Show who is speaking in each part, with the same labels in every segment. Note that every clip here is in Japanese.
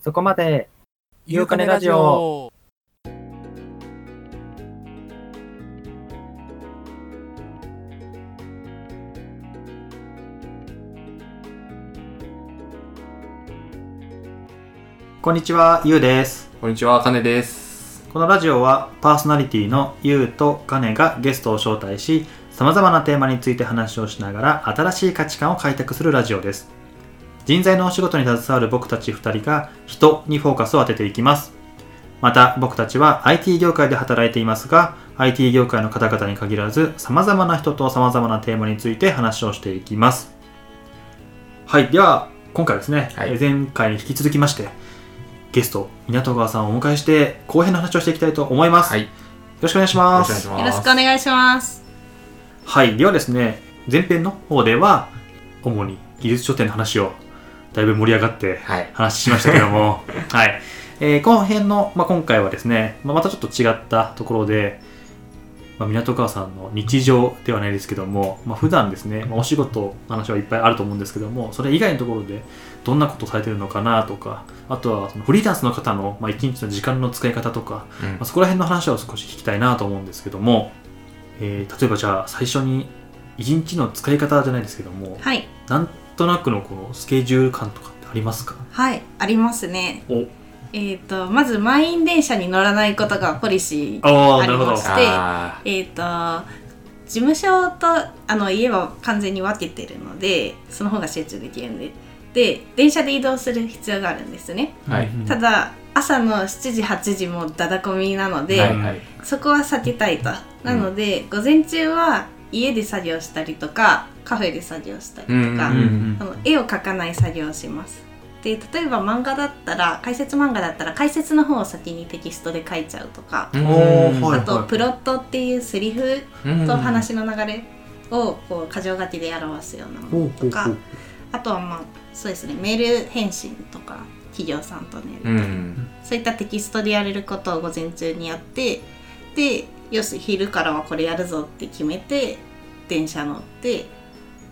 Speaker 1: そこまで、ゆうかねラジオ。こんにちは、ゆうです。
Speaker 2: こんにちは、かねです。
Speaker 1: このラジオはパーソナリティのゆうとかねがゲストを招待し、様々なテーマについて話をしながら新しい価値観を開拓するラジオです。人材のお仕事に携わる僕たち2人が人にフォーカスを当てていきます。また僕たちは IT 業界で働いていますが、IT 業界の方々に限らず様々な人と様々なテーマについて話をしていきます。はい、では今回ですね、
Speaker 2: はい
Speaker 1: えー前回に引き続きまして、ゲスト、港川さんをお迎えして後編の話をしていきたいと思います。
Speaker 2: はい
Speaker 1: よろしくお願いします。
Speaker 2: よろしくお願いします
Speaker 3: よろしくお願いします。
Speaker 1: はい、ではですね、前編の方では、主に技術書店の話をだいぶ盛り上がって
Speaker 2: はい。
Speaker 1: 話しましたけども、はい。えー後編の、まあ、今回はですね、まあ、またちょっと違ったところで、まあ、港川さんの日常ではないですけども、まあ、普段ですね、まあ、お仕事の話はいっぱいあると思うんですけども、それ以外のところでどんなことされてるのかなとか、あとはそのフリーランスの方の、まあ、一日の時間の使い方とか、
Speaker 2: うん
Speaker 1: まあ、そこら辺の話を少し聞きたいなと思うんですけども、えー例えばじゃあ最初に一日の使い方じゃないですけども
Speaker 3: はい。
Speaker 1: なんとなくのこのスケジュール感とかってありますか
Speaker 3: はい。ありますね。
Speaker 1: お
Speaker 3: えっ、と、まず満員電車に乗らないことがポリシー。
Speaker 1: ああ
Speaker 3: あ
Speaker 1: なるほど
Speaker 3: あります
Speaker 2: あ
Speaker 3: えっ、と、事務所とあの家は完全に分けてるので、その方が集中できるんで。で、電車で移動する必要があるんですね。
Speaker 2: ーはい。
Speaker 1: うん
Speaker 3: ただ、朝の7時、8時もダダ込みなので、
Speaker 2: はいはい。
Speaker 3: そこは避けたいと。なので、午前中は家で作業したりとか、カフェで作業したりとか、
Speaker 2: うんうん
Speaker 1: うん
Speaker 3: あの絵を描かない作業をしますで例えば漫画だったら解説漫画だったら解説の方を先にテキストで書いちゃうとか、
Speaker 2: うん
Speaker 1: おーはい
Speaker 3: あとプロットっていうセリフ
Speaker 2: うん
Speaker 3: と話の流れをこう箇条書きで表すようなも
Speaker 1: ほ
Speaker 3: の
Speaker 1: うほ
Speaker 3: と
Speaker 1: う
Speaker 3: か
Speaker 1: ほう
Speaker 3: あとはまあそうですねメール返信とか企業さんとね、
Speaker 2: うん。
Speaker 3: そういったテキストでやれることを午前中にやってでよし昼からはこれやるぞって決めて電車乗って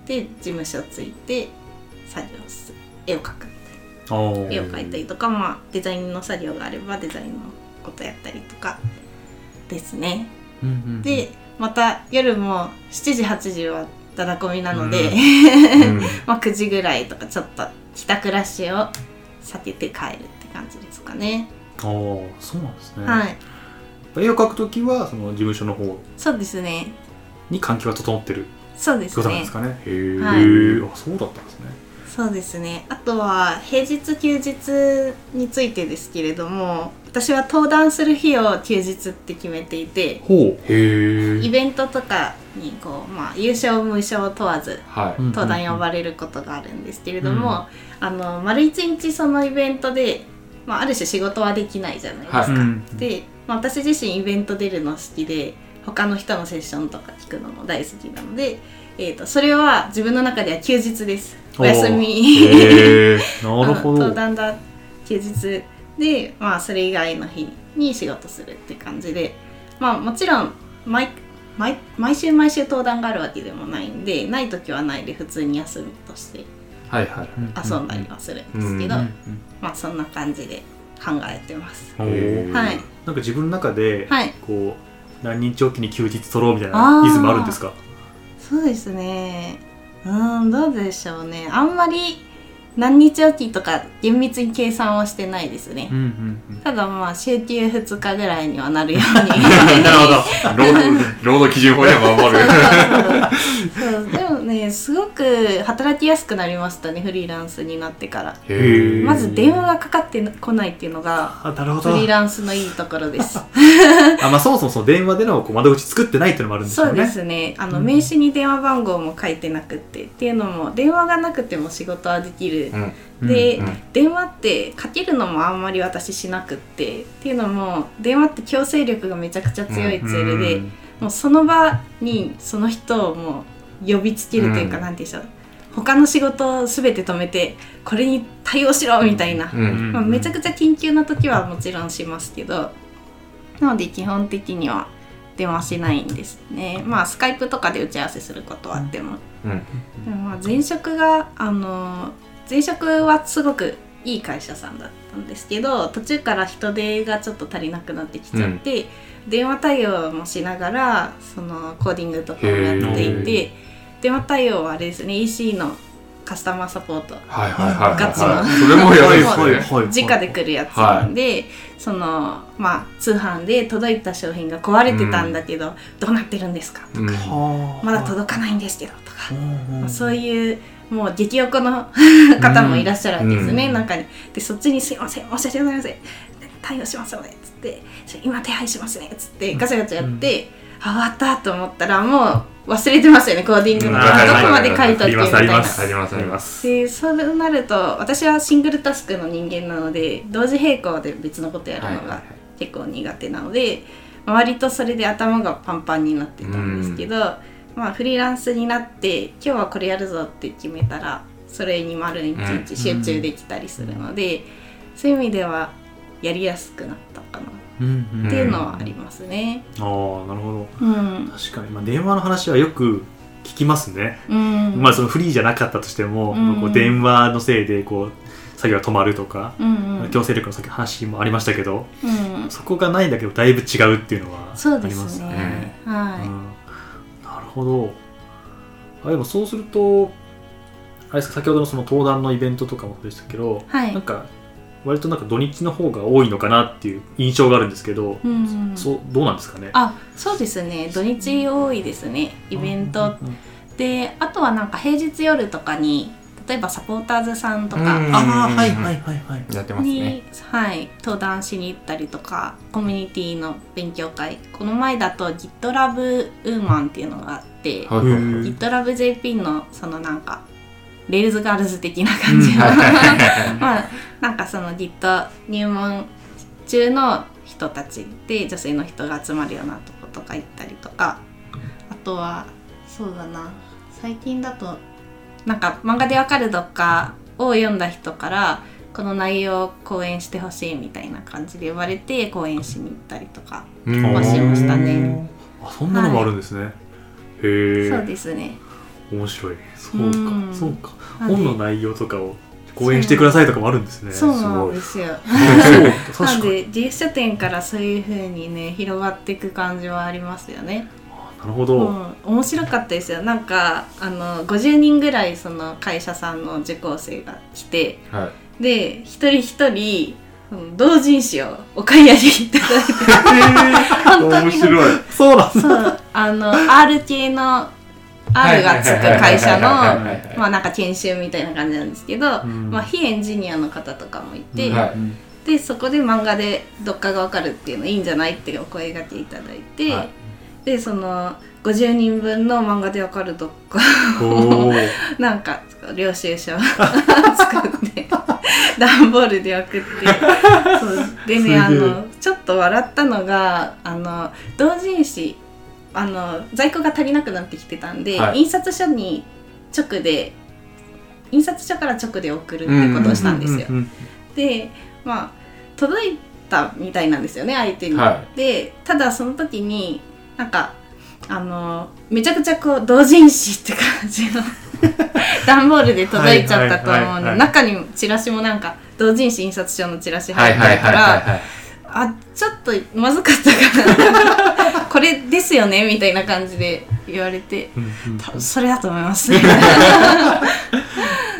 Speaker 3: で事務所着いて作業する絵を描く
Speaker 1: あー
Speaker 3: 絵を描いたりとか、まあ、デザインの作業があればデザインのことやったりとかですね。
Speaker 1: うんうんうん
Speaker 3: でまた夜も7時8時はだだこみなので、
Speaker 1: う
Speaker 3: まあ9時ぐらいとかちょっと帰宅ラッシュを避けて帰るって感じですかね。
Speaker 1: ああそうなんですね、
Speaker 3: はい
Speaker 1: 絵を描くときはその事務所の方
Speaker 3: そうですね。
Speaker 1: に環境が整ってる
Speaker 3: そう
Speaker 1: っ
Speaker 3: で
Speaker 1: て
Speaker 3: す
Speaker 1: ことなん
Speaker 3: ね
Speaker 1: です。かねへえ、
Speaker 3: はい
Speaker 1: あそうだったんですね
Speaker 3: そうですね。あとは平日休日についてですけれども、私は登壇する日を休日って決めていて、
Speaker 1: ほ
Speaker 2: へ
Speaker 3: イ
Speaker 2: ー
Speaker 3: ベントとかにこうまあ優勝無償問わず
Speaker 2: は
Speaker 1: う
Speaker 2: い。
Speaker 3: 登壇呼ばれることがあるんですけれども、あの丸一日そのイベントで、まあ、ある種仕事はできないじゃないですか。
Speaker 2: は
Speaker 1: う
Speaker 2: い
Speaker 1: ん
Speaker 3: で、まあ、私自身イベント出るの好きで他の人のセッションとか聞くのも大好きなので、えー、とそれは自分の中では休日です
Speaker 1: お
Speaker 3: お
Speaker 1: ー
Speaker 3: 休み
Speaker 2: へー
Speaker 1: な
Speaker 3: あ
Speaker 1: る
Speaker 3: の
Speaker 1: ほど
Speaker 3: 登壇だ休日で、まあ、それ以外の日に仕事するって感じで、まあ、もちろん毎毎毎週毎週登壇があるわけでもないんでない時はないで普通に休みとして
Speaker 2: はいはい。
Speaker 3: 遊んだりはするんですけ
Speaker 2: う
Speaker 3: ど、まあ、そんな感じで考えてます。
Speaker 1: うんうんうんおー
Speaker 3: はい、
Speaker 1: なんか自分の中で、
Speaker 3: はい
Speaker 1: こう何日おきに休日取ろうみたいな
Speaker 3: あー
Speaker 1: リズムあるんですか
Speaker 3: そうですね。うーん、どうでしょうね。あんまり何日おきとか厳密に計算をしてないですね。
Speaker 1: んうん
Speaker 3: ただまあ週休2日ぐらいにはなるように。
Speaker 1: なるほ
Speaker 2: 労働、労働基準法には守る。
Speaker 3: そうでもね、すごく働きやすくなりましたね、フリーランスになってから。
Speaker 2: へー
Speaker 3: まず電話がかかってこないっていうのが、
Speaker 1: どあなるほ
Speaker 3: フ
Speaker 1: ど
Speaker 3: リーランスのいいところ です。
Speaker 1: あ、まあ、そもそもその電話でのこう窓口作ってないっていうのもあるんです
Speaker 3: そ
Speaker 1: よ
Speaker 3: う
Speaker 1: ね
Speaker 3: ですねあの、
Speaker 1: うん
Speaker 3: 名刺に電話番号も書いてなくってっていうのも電話がなくても仕事はできる
Speaker 2: う、ん
Speaker 3: で、
Speaker 2: うん
Speaker 3: 電話ってかけるのもあんまり私しなくってっていうのも電話って強制力がめちゃくちゃ強いツールで、
Speaker 1: うん
Speaker 3: もうその場にその人をもう呼びつけるというか、
Speaker 2: うん
Speaker 3: なんていうんでしょう他の仕事を全て止めてこれに対応しろみたいな、
Speaker 2: うん。
Speaker 3: まあ、めちゃ
Speaker 1: ち
Speaker 3: くちゃ緊急な時はもちろんしますけどなので基本的には電話しないんですねまあスカイプとかで打ち合わせすることはあっても
Speaker 2: うん。
Speaker 3: でもまあ前職があの前職はすごくいい会社さんだったんですけど途中から人手がちょっと足りなくなってきちゃって、電話対応もしながらそのコーディングとかもやっていて電話対応はあれですね EC のカスタマーサポート
Speaker 2: はいはいはいはい。
Speaker 3: ガチの
Speaker 2: はいそれもやばいです
Speaker 3: はい
Speaker 2: ね。
Speaker 1: はい
Speaker 3: 直で来るやつなんで、そのまあ通販で届いた商品が壊れてたんだけど、どうなってるんですか
Speaker 2: うん
Speaker 1: はあ
Speaker 3: まだ届かないんですけどとか、
Speaker 1: うん
Speaker 3: ま
Speaker 1: う
Speaker 3: あ
Speaker 1: ん
Speaker 3: そういうもう激おこの 方もいらっしゃるわけです
Speaker 2: う
Speaker 3: ね、
Speaker 2: ん
Speaker 3: 中にでそっちに「すいません申し訳ございません対応しますので」っつって「今手配しますね」っつってガチャガチャやって、あ終わったと思ったらもう忘れてますよねコーディングの
Speaker 2: うん
Speaker 3: どこまで書いと
Speaker 1: あ
Speaker 3: っ
Speaker 1: り
Speaker 3: てみ
Speaker 1: ますあ
Speaker 3: たい
Speaker 1: りま
Speaker 3: な。
Speaker 1: す
Speaker 2: ありますあります
Speaker 3: でそうなると私はシングルタスクの人間なので同時並行で別のことやる
Speaker 2: はいは
Speaker 3: の
Speaker 2: いは
Speaker 3: が
Speaker 2: い。
Speaker 3: 結構苦手なので割とそれで頭がパンパンになってたんですけど、まあフリーランスになって今日はこれやるぞって決めたらそれに丸一日集中できたりするので、そういう意味ではやりやすくなったかなっ
Speaker 1: うんうん
Speaker 3: ていうのはありますね。
Speaker 1: ああなるほど
Speaker 3: うん、
Speaker 1: 確かに、まあ、電話の話はよく聞きますね、
Speaker 3: うん
Speaker 1: まあそのフリーじゃなかったとしても、
Speaker 3: うん
Speaker 1: こう電話のせいでこう作業が止まるとか、
Speaker 3: うんうん
Speaker 1: 強制力の先話もありましたけど
Speaker 3: うん、
Speaker 1: そこがないんだけどだいぶ違うっていうのはあります
Speaker 3: そう
Speaker 1: ね
Speaker 3: ですね。
Speaker 2: ね
Speaker 1: う
Speaker 3: は
Speaker 1: んなるほどあでもそうするとあれですか先ほどのその登壇のイベントとかもそうでしたけど
Speaker 3: い、はい
Speaker 1: なん、か割となんか土日の方が多いのかなっていう印象があるんですけど、
Speaker 3: うんうん
Speaker 1: そうどうなんですかね
Speaker 3: あそうですね土日多いですねイベント
Speaker 1: うん
Speaker 3: であとはなんか平日夜とかに例えばサポーターズさんと
Speaker 2: う
Speaker 3: か
Speaker 2: ん
Speaker 1: ああはいはいはいはい
Speaker 2: やってます
Speaker 3: に、
Speaker 2: ね。
Speaker 3: はい、登壇しに行ったりとかコミュニティの勉強会この前だと GitLab ウーマンっていうのがあって、
Speaker 2: はいはいはい。
Speaker 3: GitLabJP のそのなんかレールズガールズ的な感じの、
Speaker 2: はいはいはい
Speaker 3: まあなんかその Git 入門中の人たちで女性の人が集まるようなとことか行ったりとかあとはそうだな最近だとなんか漫画でわかる読かを読んだ人からこの内容を講演してほしいみたいな感じで呼ばれて講演しに行ったりとか
Speaker 2: うん
Speaker 3: 飛ばしましたね
Speaker 1: あそんなのもあるんですね、へえ
Speaker 3: そうですね
Speaker 1: 面白いそうか、
Speaker 3: うん
Speaker 1: そうか
Speaker 3: なんで
Speaker 1: 本の内容とかを講演してくださいとかもあるんですね
Speaker 3: そうなん
Speaker 1: ごい
Speaker 3: ですよ
Speaker 1: そう
Speaker 3: な
Speaker 1: 確
Speaker 3: ん
Speaker 1: かに
Speaker 3: で自由書店からそういう風にね広がっていく感じはありますよね
Speaker 1: あなるほど、
Speaker 3: うん、面白かったですよなんかあの50人ぐらいその会社さんの受講生が来て
Speaker 2: はい。
Speaker 3: で一人一人その同人誌をお買い上げいただいて本当に
Speaker 2: 面白い。
Speaker 1: そうなんです
Speaker 3: そうあの R 系の R がつく会社
Speaker 2: はい
Speaker 3: の
Speaker 2: はいはいはい
Speaker 3: まあなんか研修みたいな感じなんですけど、
Speaker 1: うん
Speaker 3: まあ、非エンジニアの方とかもいて、
Speaker 2: はい
Speaker 3: でそこで漫画で読解がわかるっていうのいいんじゃないってお声がけいただいて、
Speaker 2: はい
Speaker 3: でその50人分の漫画でわかる読解
Speaker 1: おー
Speaker 3: なんか領収書 作って 段ボールで送ってそうでねあ
Speaker 1: すげえ
Speaker 3: のちょっと笑ったのがあの同人誌あの在庫が足りなくなってきてたんで、
Speaker 2: はい
Speaker 3: 印刷所に直で印刷所から直で送るってことをしたんですよ。
Speaker 1: うんうん
Speaker 3: でまあ届いたみたいなんですよね相手に。
Speaker 2: は
Speaker 3: でただその時になんかあのめちゃくちゃこう同人誌って感じ の段ボールで届いちゃったと思
Speaker 1: は
Speaker 3: う
Speaker 1: いはいは
Speaker 3: ん
Speaker 1: いは
Speaker 3: で
Speaker 1: い
Speaker 3: 中にチラシもなんか同人誌印刷所のチラシ
Speaker 2: いはい
Speaker 3: 入って
Speaker 2: はい
Speaker 3: たか
Speaker 2: はい
Speaker 3: ら
Speaker 2: はい。
Speaker 3: あちょっとまずかったかなこれですよねみたいな感じで言われて
Speaker 1: うんうん
Speaker 3: 多分それだと思 いますね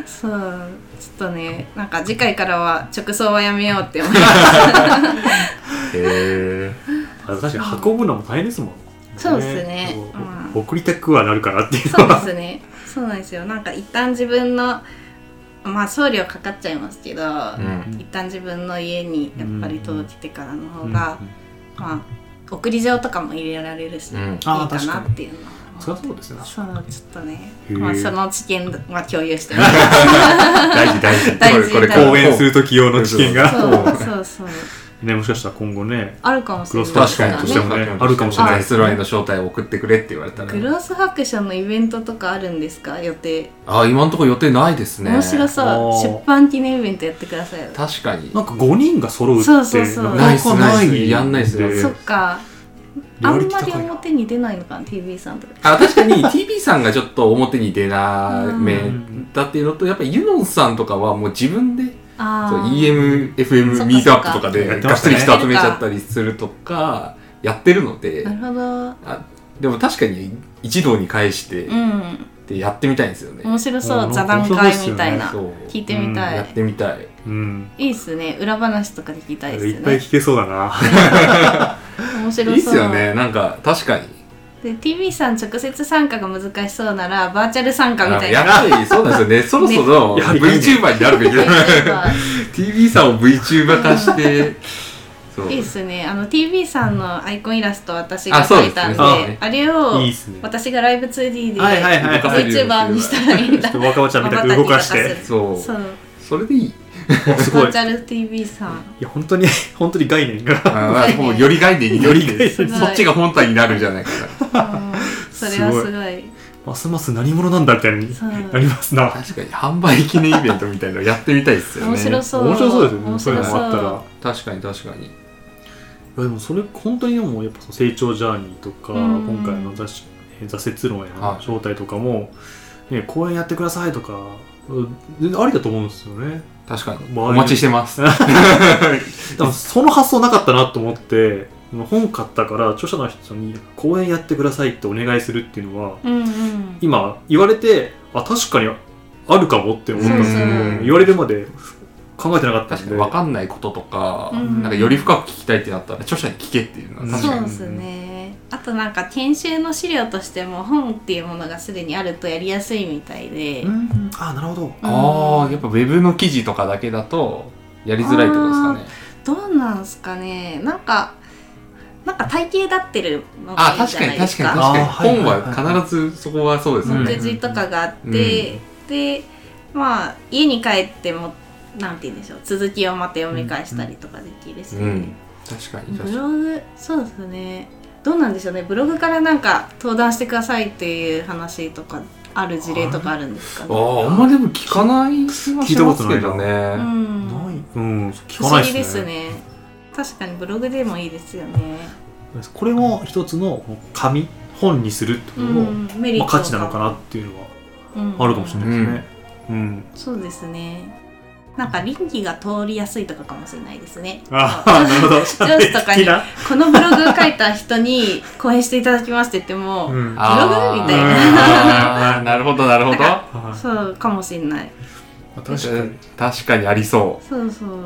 Speaker 3: そうちょっとねなんか次回からは直送はやめようって思い ました
Speaker 2: へえ。
Speaker 1: あ確かに運ぶのも大変ですもん、
Speaker 3: そうですね
Speaker 1: そう
Speaker 3: うん
Speaker 1: 送りたくはなるかなっていうの
Speaker 3: そうで
Speaker 1: は
Speaker 3: すね。そうなんですよ。なんか一旦自分のまあ送料かかっちゃいますけど、
Speaker 2: うん。
Speaker 3: 一旦自分の家にやっぱり届けてからの方 が、まあ送り状とかも入れられるし、
Speaker 2: う
Speaker 3: いい
Speaker 2: ん。
Speaker 1: あー
Speaker 3: かなっていうのは。
Speaker 1: そりゃそうですね
Speaker 3: そうちょっとね、
Speaker 1: へー
Speaker 3: まあその知見は共有して ます。
Speaker 2: 大事大事。
Speaker 3: 大事
Speaker 2: これ
Speaker 3: 大事
Speaker 1: 講演する時用の知見が
Speaker 3: そうそうそう。
Speaker 1: ねもしかしたら今後ね
Speaker 3: あるかもし
Speaker 1: ク
Speaker 3: れ
Speaker 1: ロ
Speaker 3: ない
Speaker 1: ス
Speaker 2: 確
Speaker 1: ファ
Speaker 2: か
Speaker 1: ッションとしてもね
Speaker 2: 確かに
Speaker 1: あるかもしれないです
Speaker 2: スライの招待を送ってくれって言われたら
Speaker 3: グロスハクションのイベントとかあるんですか予定、
Speaker 2: あ今のところ予定ないですね
Speaker 3: 面白そう
Speaker 1: おー
Speaker 3: 出版記念イベントやってくださいよ
Speaker 2: 確かに
Speaker 1: なんか5人が揃うって
Speaker 3: そうそうそう
Speaker 1: なかなか
Speaker 2: ナイスナイ
Speaker 1: い
Speaker 2: スやんないですね
Speaker 3: そっか
Speaker 1: リ
Speaker 3: あ
Speaker 1: ア
Speaker 3: ん
Speaker 1: リティ
Speaker 3: ま
Speaker 1: 高い
Speaker 3: り
Speaker 1: な
Speaker 3: 表に出ないのかな TV さんとか
Speaker 2: あ確かに TB さんがちょっと表に出なめ
Speaker 1: うん
Speaker 2: だっていうのとやっぱりユノンさんとかはもう自分で
Speaker 3: あ
Speaker 2: そう
Speaker 3: ー
Speaker 2: EMFM ミートアップとか
Speaker 1: やっ
Speaker 2: で
Speaker 1: てま
Speaker 2: がっ
Speaker 1: した
Speaker 2: つ
Speaker 1: ね
Speaker 2: り人集めちゃったりするとかやってるので
Speaker 3: なるほど
Speaker 2: あでも確かに一堂に会して
Speaker 3: うん
Speaker 2: でやってみたいんですよね、
Speaker 3: 面白そううん座談会みたいな、
Speaker 2: そう
Speaker 3: 聞いてみたい、
Speaker 1: うん
Speaker 2: やってみたい
Speaker 1: うん。
Speaker 3: いいっすね裏話とかで聞きたいっすね
Speaker 1: いっぱい聞けそうだ な。
Speaker 3: 面白
Speaker 2: い
Speaker 3: そう
Speaker 2: いっすよねなんか確かに
Speaker 3: で TV さん直接参加が難しそうならバーチャル参加みたい
Speaker 2: やっ
Speaker 3: な
Speaker 2: ぱりそうなんですよ ねそろそろ
Speaker 1: ねやばいね
Speaker 2: VTuber になるべきだ
Speaker 3: い
Speaker 2: TV さんを VTuber 化してそう
Speaker 3: いっすねあの TV さんのアイコンイラスト私
Speaker 2: あ
Speaker 3: が
Speaker 2: そう
Speaker 3: 描
Speaker 2: で
Speaker 3: い
Speaker 2: すね
Speaker 3: たんで
Speaker 2: そう
Speaker 3: あ
Speaker 2: ね
Speaker 3: れを
Speaker 1: いいっすね
Speaker 3: 私がライブ 2D で
Speaker 1: はいはいはいはい
Speaker 3: VTuber にしたらいい んだ
Speaker 1: ちょっと若葉ちゃんみたいに動かして
Speaker 3: 瞬きと
Speaker 2: そう
Speaker 3: する
Speaker 2: そ
Speaker 3: そう
Speaker 2: れでいい
Speaker 1: すご
Speaker 3: バ
Speaker 1: い。
Speaker 3: ーチャル TV さん
Speaker 1: いや、本当に、本当に概念が。
Speaker 2: あ ーもうより概念に
Speaker 1: より概念
Speaker 2: そっちが本体になるんじゃないかな
Speaker 3: うんそれはすごい
Speaker 1: すますます何者なんだみたいに
Speaker 3: そう
Speaker 1: なりますな。
Speaker 2: 確かに販売記念イベントみたいなのやってみたいですよね
Speaker 3: 面白そう
Speaker 1: 面白そうですよね。
Speaker 3: 面
Speaker 1: そういうの
Speaker 3: 白そう
Speaker 1: もあったら。い
Speaker 2: 確かに確かに
Speaker 1: や、でもそれ、本当にでも、やっぱその成長ジャーニーとか、
Speaker 3: うん
Speaker 1: 今回の雑誌えー挫折論への
Speaker 2: はい
Speaker 1: 招待とかも、ね、講演やってくださいとか、うん全然ありだと思うんですよね。
Speaker 2: 確かに
Speaker 1: まあ
Speaker 2: お待ちしてます
Speaker 1: でもその発想なかったなと思って、本買ったから著者の人に講演やってくださいってお願いするっていうのは、
Speaker 3: うんうん
Speaker 1: 今言われてあ確かにあるかもって思ったんですけど、
Speaker 3: そうそう
Speaker 1: 言われるまで考えてなかったん
Speaker 2: 確か
Speaker 1: で
Speaker 2: に分かんないこととか、
Speaker 3: うん
Speaker 2: なんかより深く聞きたいってなったら著者に聞けっていうのは確
Speaker 3: そ
Speaker 2: か
Speaker 3: う
Speaker 2: に
Speaker 3: ですねあとなんか研修の資料としても本っていうものがすでにあるとやりやすいみたいで、
Speaker 1: うんあなるほど
Speaker 2: ああやっぱウェブの記事とかだけだとやりづらいってことですかね
Speaker 3: どうなんすかねなんかなんか体系立ってるのがいいんじゃないですか
Speaker 1: 確かにあーはい
Speaker 2: 本
Speaker 1: はいはい
Speaker 2: は必ずそこはそうですよ
Speaker 1: に
Speaker 2: ね、
Speaker 1: 確
Speaker 3: 目次とかがあって、
Speaker 2: うん
Speaker 3: でまあ家に帰ってもなんて言うんでしょう続きをまた読み返したりとかできるし、
Speaker 2: うん、確かに
Speaker 3: ブ
Speaker 2: 確か
Speaker 3: ログそうですねどうなんでしょうねブログからなんか登壇してくださいっていう話とかある事例とかあるんですか
Speaker 2: あ
Speaker 3: ね
Speaker 2: ああんまでも聞かない気がしますけど
Speaker 1: 聞いたことな
Speaker 2: ね
Speaker 3: うん
Speaker 1: ないうん聞
Speaker 3: 不
Speaker 1: かな
Speaker 3: 思
Speaker 1: い
Speaker 3: 議
Speaker 1: で
Speaker 3: です
Speaker 1: ね
Speaker 3: すね確かにブログでもいいですよね、
Speaker 1: これも一つの紙本にするってことも、
Speaker 3: うんメリッ
Speaker 1: まあ、
Speaker 3: ト
Speaker 1: 価値なのかなっていうのはあるかもしれ
Speaker 3: い
Speaker 1: ないですねうん、
Speaker 3: そうですねなんか倫理が通りやすいとかかもしれないですね
Speaker 1: ああなるほ ど
Speaker 3: 上司と かに
Speaker 1: 好きな
Speaker 3: このブログ書いた人 に講演していただきますって言っても、
Speaker 1: うん
Speaker 3: あブログみたい
Speaker 2: な なるほどなるほど
Speaker 3: なん
Speaker 1: は
Speaker 3: そうかもしれない
Speaker 1: い確かに
Speaker 2: 確かにありそ
Speaker 3: そうそう、うん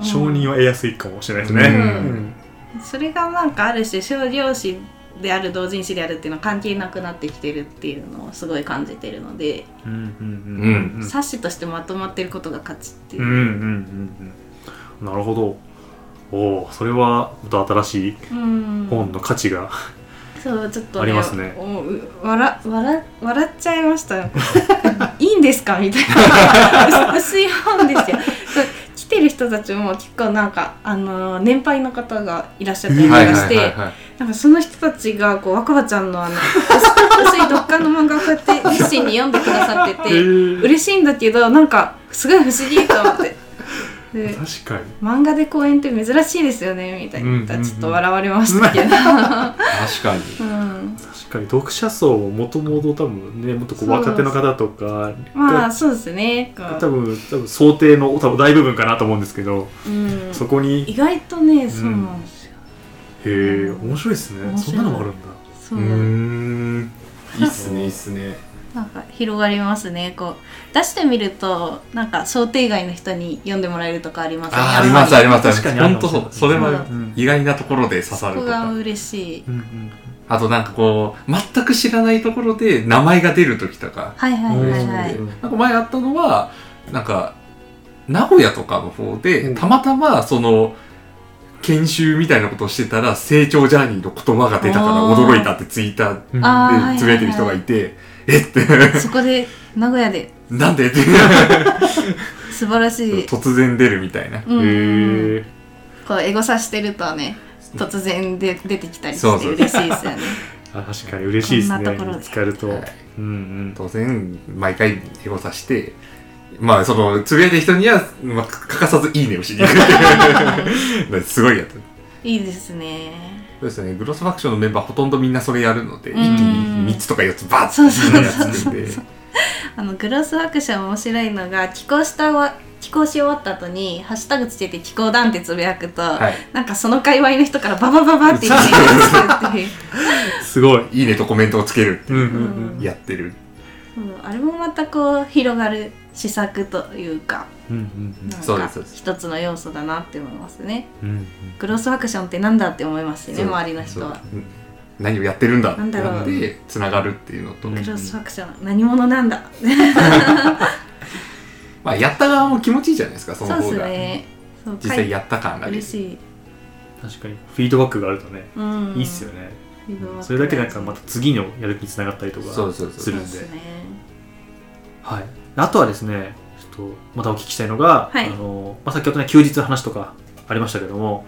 Speaker 1: 承認を得やすいかもしれないですね、
Speaker 2: うん
Speaker 3: それがなんかある種少量子である同人誌であるっていうのは関係なくなってきてるっていうのをすごい感じてるので、
Speaker 1: うんうん
Speaker 2: う
Speaker 3: 冊子としてまとまってることが価値っていうう、
Speaker 1: んうんうんうんなるほどおおそれはまた新しい
Speaker 3: うん
Speaker 1: 本の価値が、
Speaker 3: そうちょっと、
Speaker 1: ありますね
Speaker 3: おう笑笑笑っちゃいましたよ いいんですかみたいな 薄い本ですよそう来てる人たちも結構なんかあの年配の方がいらっしゃった
Speaker 2: う
Speaker 3: りと
Speaker 2: はいは
Speaker 3: か
Speaker 2: い
Speaker 3: し
Speaker 2: は
Speaker 3: て、
Speaker 2: いはい
Speaker 3: なんかその人たちがこう若葉ちゃんのあの薄 薄い読感の漫画をこうやって熱心に読んでくださって
Speaker 1: え
Speaker 3: て嬉しいんだけどなんかすごい不思議と思って。で
Speaker 1: 確かに
Speaker 3: 漫画で公演って珍しいですよねみたいな、
Speaker 1: うんうんうん
Speaker 3: ちょっと笑われました けど、
Speaker 2: 確かに
Speaker 3: うん、
Speaker 1: 確かに読者層をもともと多分ねもっとこう
Speaker 3: そう
Speaker 1: 若手の方とか
Speaker 3: まあそうですね。こ
Speaker 1: が
Speaker 3: う
Speaker 1: 多分多分想定の多分大部分かなと思うんですけど、
Speaker 3: うん、
Speaker 1: そこに
Speaker 3: 意外とね、そうなんですよ。
Speaker 1: へえ面白いですね
Speaker 3: 面
Speaker 1: そ
Speaker 3: 白い
Speaker 1: んなのもあるんだ
Speaker 2: う
Speaker 3: そう、
Speaker 2: ーんいいっすねいいっすね
Speaker 3: なんか広がりますね。こう出してみるとなんか想定外の人に読んでもらえるとかありますね。
Speaker 2: あ
Speaker 3: や
Speaker 2: あ
Speaker 3: っぱ
Speaker 2: りますあります
Speaker 1: 確かにある
Speaker 2: 本
Speaker 1: かも
Speaker 2: 当
Speaker 1: しれない
Speaker 2: そうそれは
Speaker 1: うん
Speaker 2: 意外なところで刺
Speaker 3: そ
Speaker 2: さる
Speaker 3: ことが
Speaker 2: か
Speaker 3: 嬉しい。
Speaker 1: うんうん
Speaker 2: あとなんかこう全く知らないところで名前が出る時とか
Speaker 3: はいはいはいは
Speaker 1: う
Speaker 3: い。
Speaker 1: ん
Speaker 2: なんか前あったのはなんか名古屋とかの方
Speaker 1: う
Speaker 2: で
Speaker 1: ん
Speaker 2: たまたまその研修みたいなことをしてたら成長ジャーニーの言葉が出たから
Speaker 3: あー
Speaker 2: 驚いたってツイッタ
Speaker 1: うん
Speaker 3: あー
Speaker 2: ーでつぶやいてる人がいてえって
Speaker 3: そこで名古屋で
Speaker 2: なんでって
Speaker 3: 素晴らしい。
Speaker 2: 突然出るみたいな
Speaker 3: うんうん
Speaker 1: へえ
Speaker 3: こうエゴサしてるとね、突然で出てきたり
Speaker 2: そ
Speaker 3: し
Speaker 2: う
Speaker 3: て
Speaker 2: そう
Speaker 3: 嬉しいですよね。
Speaker 1: あ確かに嬉しいです
Speaker 3: こん
Speaker 1: ね
Speaker 3: なところで
Speaker 1: 見つかると、
Speaker 2: はい
Speaker 1: うんうん
Speaker 2: 当然毎回エゴサしてまあそのつぶやいてる人には、まあ、欠かさず「いいね」をしに行くっていう すごいやつ
Speaker 3: いいですね。
Speaker 2: そうですね、グロスファクションのメンバーほとんどみんなそれやるので、
Speaker 3: う
Speaker 2: 一
Speaker 3: ん
Speaker 2: 気に3つとか4つバーッ
Speaker 3: そうそうそう
Speaker 2: やってるんで、
Speaker 3: あのグロスアクション面白いのが寄稿したわ寄稿し終わった後にハッシュタグつけて寄稿団ってつぶやくと、
Speaker 2: はい
Speaker 3: なんかその界隈の人からババババって言ってるっていう
Speaker 1: すごい。
Speaker 2: いいねとコメントをつける
Speaker 1: うんうんうん。
Speaker 2: やってる
Speaker 3: うんあれもまたこう広がる施策というか
Speaker 1: うんうん
Speaker 3: なん
Speaker 2: そうで
Speaker 3: か
Speaker 2: すそうです
Speaker 3: 一つの要素だなって思いますね
Speaker 1: うんうん
Speaker 3: グロスアクションってなんだって思いますしね
Speaker 2: そう
Speaker 3: 周りの人は
Speaker 2: そう何をやってるんだ
Speaker 3: なんだろう
Speaker 2: でつながるっていうのと、
Speaker 1: うん
Speaker 3: グロスアクション何者なんだ
Speaker 2: まあ、やった側も気持ちいいじゃないですかそ
Speaker 3: そ
Speaker 2: の
Speaker 3: うで
Speaker 2: 方
Speaker 3: す
Speaker 2: が、
Speaker 3: ねそう
Speaker 2: 実際やった感がある
Speaker 3: 嬉しい、
Speaker 1: 確かに。フィードバックがあるとね、
Speaker 3: うん、
Speaker 1: いいっすよね。
Speaker 3: フィードバックが
Speaker 1: それだけなんかまた次のやる気につながったりとか。
Speaker 2: そうそうそう
Speaker 1: するんで
Speaker 3: そうっすね
Speaker 1: はい。あとはですね、ちょっとまたお聞きしたいのが、
Speaker 3: はい
Speaker 1: あの、まあ、先ほどね、休日の話とかありましたけども、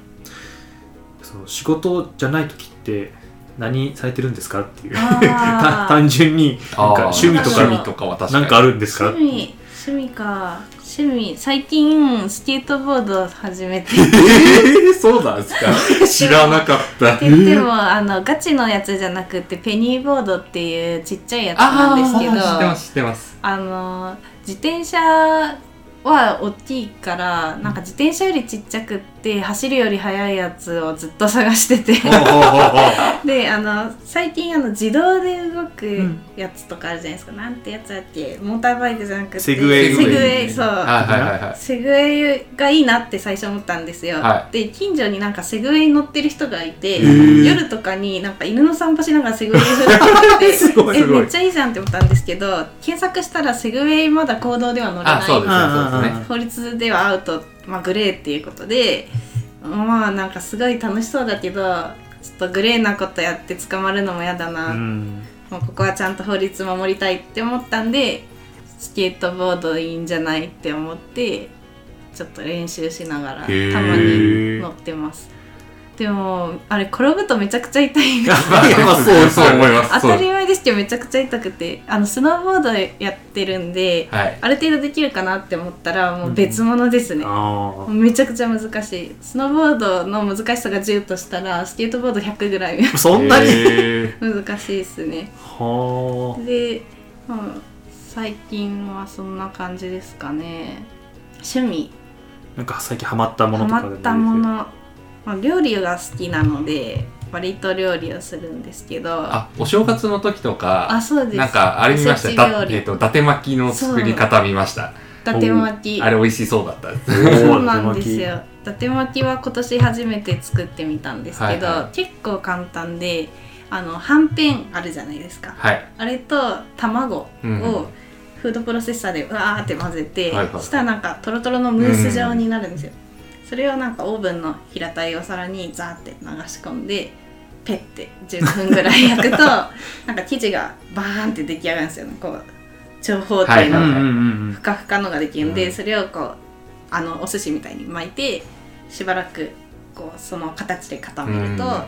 Speaker 1: その仕事じゃない時って何されてるんですかっていう。た
Speaker 3: あ ー
Speaker 1: 単純に、なんか
Speaker 2: あー
Speaker 1: 趣味とか、
Speaker 2: 趣味とかは確か
Speaker 1: な
Speaker 2: に
Speaker 1: んかあるんですか
Speaker 3: 趣味趣味か趣味最近スケートボードを始めて
Speaker 2: えー、そうなんですか 知らなかった
Speaker 3: って言ってもあのガチのやつじゃなくてペニーボードっていうちっちゃいやつなんですけど
Speaker 2: あー知ってます知ってます
Speaker 3: あの自転車は大きいからなんか自転車よりちっちゃくって走るより速いやつをずっと探してて であの最近あの自動で動くやつとかあるじゃないですか、なんてやつだっけモーターバイクじゃなくて
Speaker 1: セグウェイ
Speaker 3: セグウェイそう
Speaker 2: はいはいはいはい
Speaker 3: セグウェイがいいなって最初思ったんですよ、
Speaker 2: は
Speaker 3: で近所になんかセグウェイに乗ってる人がいて、
Speaker 1: ー
Speaker 3: 夜とかになんか犬の散歩しながらセグウェイ振ってて
Speaker 1: すごい
Speaker 3: え
Speaker 2: すごい
Speaker 3: めっちゃいいじゃんって思ったんですけど検索したらセグウェイまだ公道では乗れ
Speaker 2: あそうで
Speaker 3: な
Speaker 2: すねそうです
Speaker 1: う
Speaker 2: ね
Speaker 3: い法律ではアウト、まあ、グレーっていうことでまあなんかすごい楽しそうだけどちょっとグレーなことやって捕まるのも嫌だな、
Speaker 1: うん。
Speaker 3: もうここはちゃんと法律守りたいって思ったんでスケートボードいいんじゃないって思ってちょっと練習しながらたま
Speaker 2: へー
Speaker 3: に乗ってますでもあれ転ぶとめちゃくちゃ痛いんで す
Speaker 1: まあそう
Speaker 2: そう思います
Speaker 3: 当
Speaker 2: そう
Speaker 3: たり前ですけどめちゃくちゃ痛くてあのスノーボードやってるんで
Speaker 2: はい
Speaker 3: ある程度できるかなって思ったらもう別物ですね、
Speaker 1: あ
Speaker 3: もうめちゃくちゃ難しいスノーボードの難しさが10としたらスケートボード100ぐらい
Speaker 1: あ。そんなに
Speaker 2: へ
Speaker 3: 難しいですね
Speaker 1: はあ。
Speaker 3: で、うん、最近はそんな感じですかね趣味
Speaker 1: なんか最近ハマったもの
Speaker 3: ハ
Speaker 1: とかで
Speaker 3: マ
Speaker 1: もいいで
Speaker 3: っ
Speaker 1: す
Speaker 3: た
Speaker 1: よ
Speaker 3: もの、まあ、料理が好きなので割と料理をするんですけどあ
Speaker 2: あお正月の時とか
Speaker 3: そうです
Speaker 2: なんかあれ見ました
Speaker 3: おせち
Speaker 2: だ
Speaker 3: 料
Speaker 2: えっ
Speaker 3: 理
Speaker 2: と伊達巻きの作り方見ました
Speaker 3: 伊達巻き
Speaker 2: あれ美味しそうだったです
Speaker 3: そうなんです。
Speaker 1: おー
Speaker 3: よ伊達巻きは今年初めて作ってみたんですけど、
Speaker 2: はいは
Speaker 3: 結構簡単であのはんぺんあるじゃないですか
Speaker 2: はい
Speaker 3: あれと卵を
Speaker 2: うん
Speaker 3: フードプロセッサーでうわーって混ぜて、
Speaker 2: はいはい
Speaker 3: したらなんかトロトロのムース状になるんですよ、それをなんかオーブンの平たいお皿にザーって流し込んでペッて10分ぐらい 焼くとなんか生地がバーンって出来上がるんですよねこう長方
Speaker 2: は
Speaker 3: 形
Speaker 2: い
Speaker 1: うん
Speaker 2: は
Speaker 1: う
Speaker 2: い
Speaker 3: の
Speaker 1: んうん
Speaker 3: ふかふかのができるんで、
Speaker 2: うん
Speaker 3: それをこうあのお寿司みたいに巻いてしばらくこうその形で固めると、
Speaker 2: うん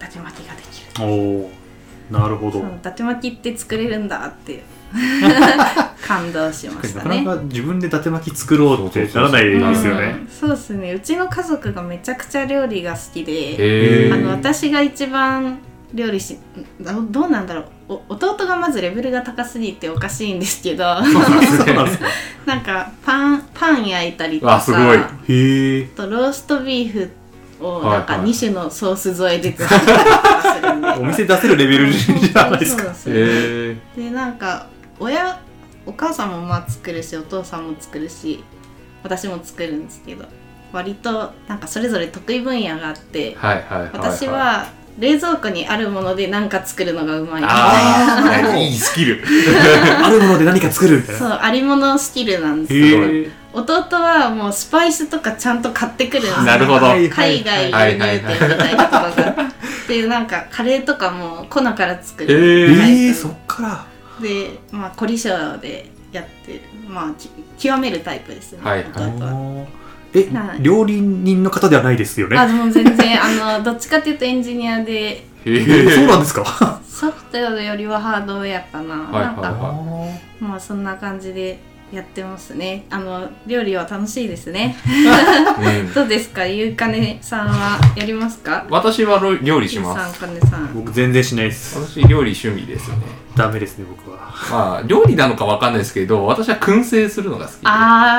Speaker 3: だて巻きができる
Speaker 1: うん。おお。なるほど。
Speaker 3: そう伊達巻きって作れるんだって感動しま
Speaker 1: 確
Speaker 3: し
Speaker 1: か
Speaker 3: た
Speaker 1: にな
Speaker 3: ね
Speaker 1: かなか自分で伊達巻き作ろうってならないで
Speaker 2: かに
Speaker 1: すよ
Speaker 3: う
Speaker 1: ね。
Speaker 3: んそうですねうちの家族がめちゃくちゃ料理が好きで
Speaker 2: へ
Speaker 1: ー
Speaker 3: あの
Speaker 2: え
Speaker 3: 私が一番料理しどどうなんだろうお弟がまずレベルが高すぎておかしいんですけど
Speaker 1: そうなんですか。
Speaker 3: なんかパンパン焼いたりと
Speaker 2: わ
Speaker 3: か
Speaker 2: すごい
Speaker 3: あ
Speaker 1: へえ。
Speaker 3: とローストビーフを
Speaker 2: はいはい
Speaker 3: なんか2種のソース添えで作ったりとかするんで
Speaker 1: お店出せるレベルじゃないですか。
Speaker 3: か
Speaker 2: へ
Speaker 3: でなんか親お母さんもまあ作るしお父さんも作るし私も作るんですけど割となんかそれぞれ得意分野があって
Speaker 2: えはいはいはいい
Speaker 3: 私は冷蔵庫にあるもので何か作るのがうまい
Speaker 2: あ
Speaker 1: あ
Speaker 2: あ
Speaker 1: ー
Speaker 2: いいスキル
Speaker 1: あるもので何か作るみたい
Speaker 3: そう
Speaker 1: な。
Speaker 3: ありものスキルなんですよ
Speaker 1: へえ。
Speaker 3: 弟はもうスパイスとかちゃんと買ってくるんですよ
Speaker 2: なるほど
Speaker 1: はいはい
Speaker 3: 海
Speaker 1: はい
Speaker 3: 外輸入店みたいなとこがっていうなんかカレーとかも粉から作る
Speaker 2: えー
Speaker 1: ええ、そっから。
Speaker 3: で、まあ、凝り性でやってる、まあ、き極めるタイプですね、
Speaker 2: はい
Speaker 3: 弟
Speaker 1: お
Speaker 3: は。
Speaker 1: ーえ
Speaker 3: は、い
Speaker 1: 料理人の方ではないですよね。
Speaker 3: あでも全然あのどっ ちかっていうとエンジニアで
Speaker 2: へ
Speaker 1: えーそう
Speaker 2: え
Speaker 1: なんですか。
Speaker 3: ソフトよりはハードウェアかな、
Speaker 2: はいはい
Speaker 3: なん
Speaker 2: は
Speaker 3: かまあそんな感じでやってますねあの料理は楽しいですね
Speaker 2: うん
Speaker 3: どうですかゆうかねさんはやりますか
Speaker 2: 私はろ料理し
Speaker 3: ゆうさ
Speaker 2: ま
Speaker 3: ん
Speaker 2: す
Speaker 3: かねさん
Speaker 1: 僕全然しないです
Speaker 2: 私料理趣味ですね
Speaker 1: ダメですね僕は
Speaker 2: まあ料理なのかわかんないですけど私は燻製するのが好きで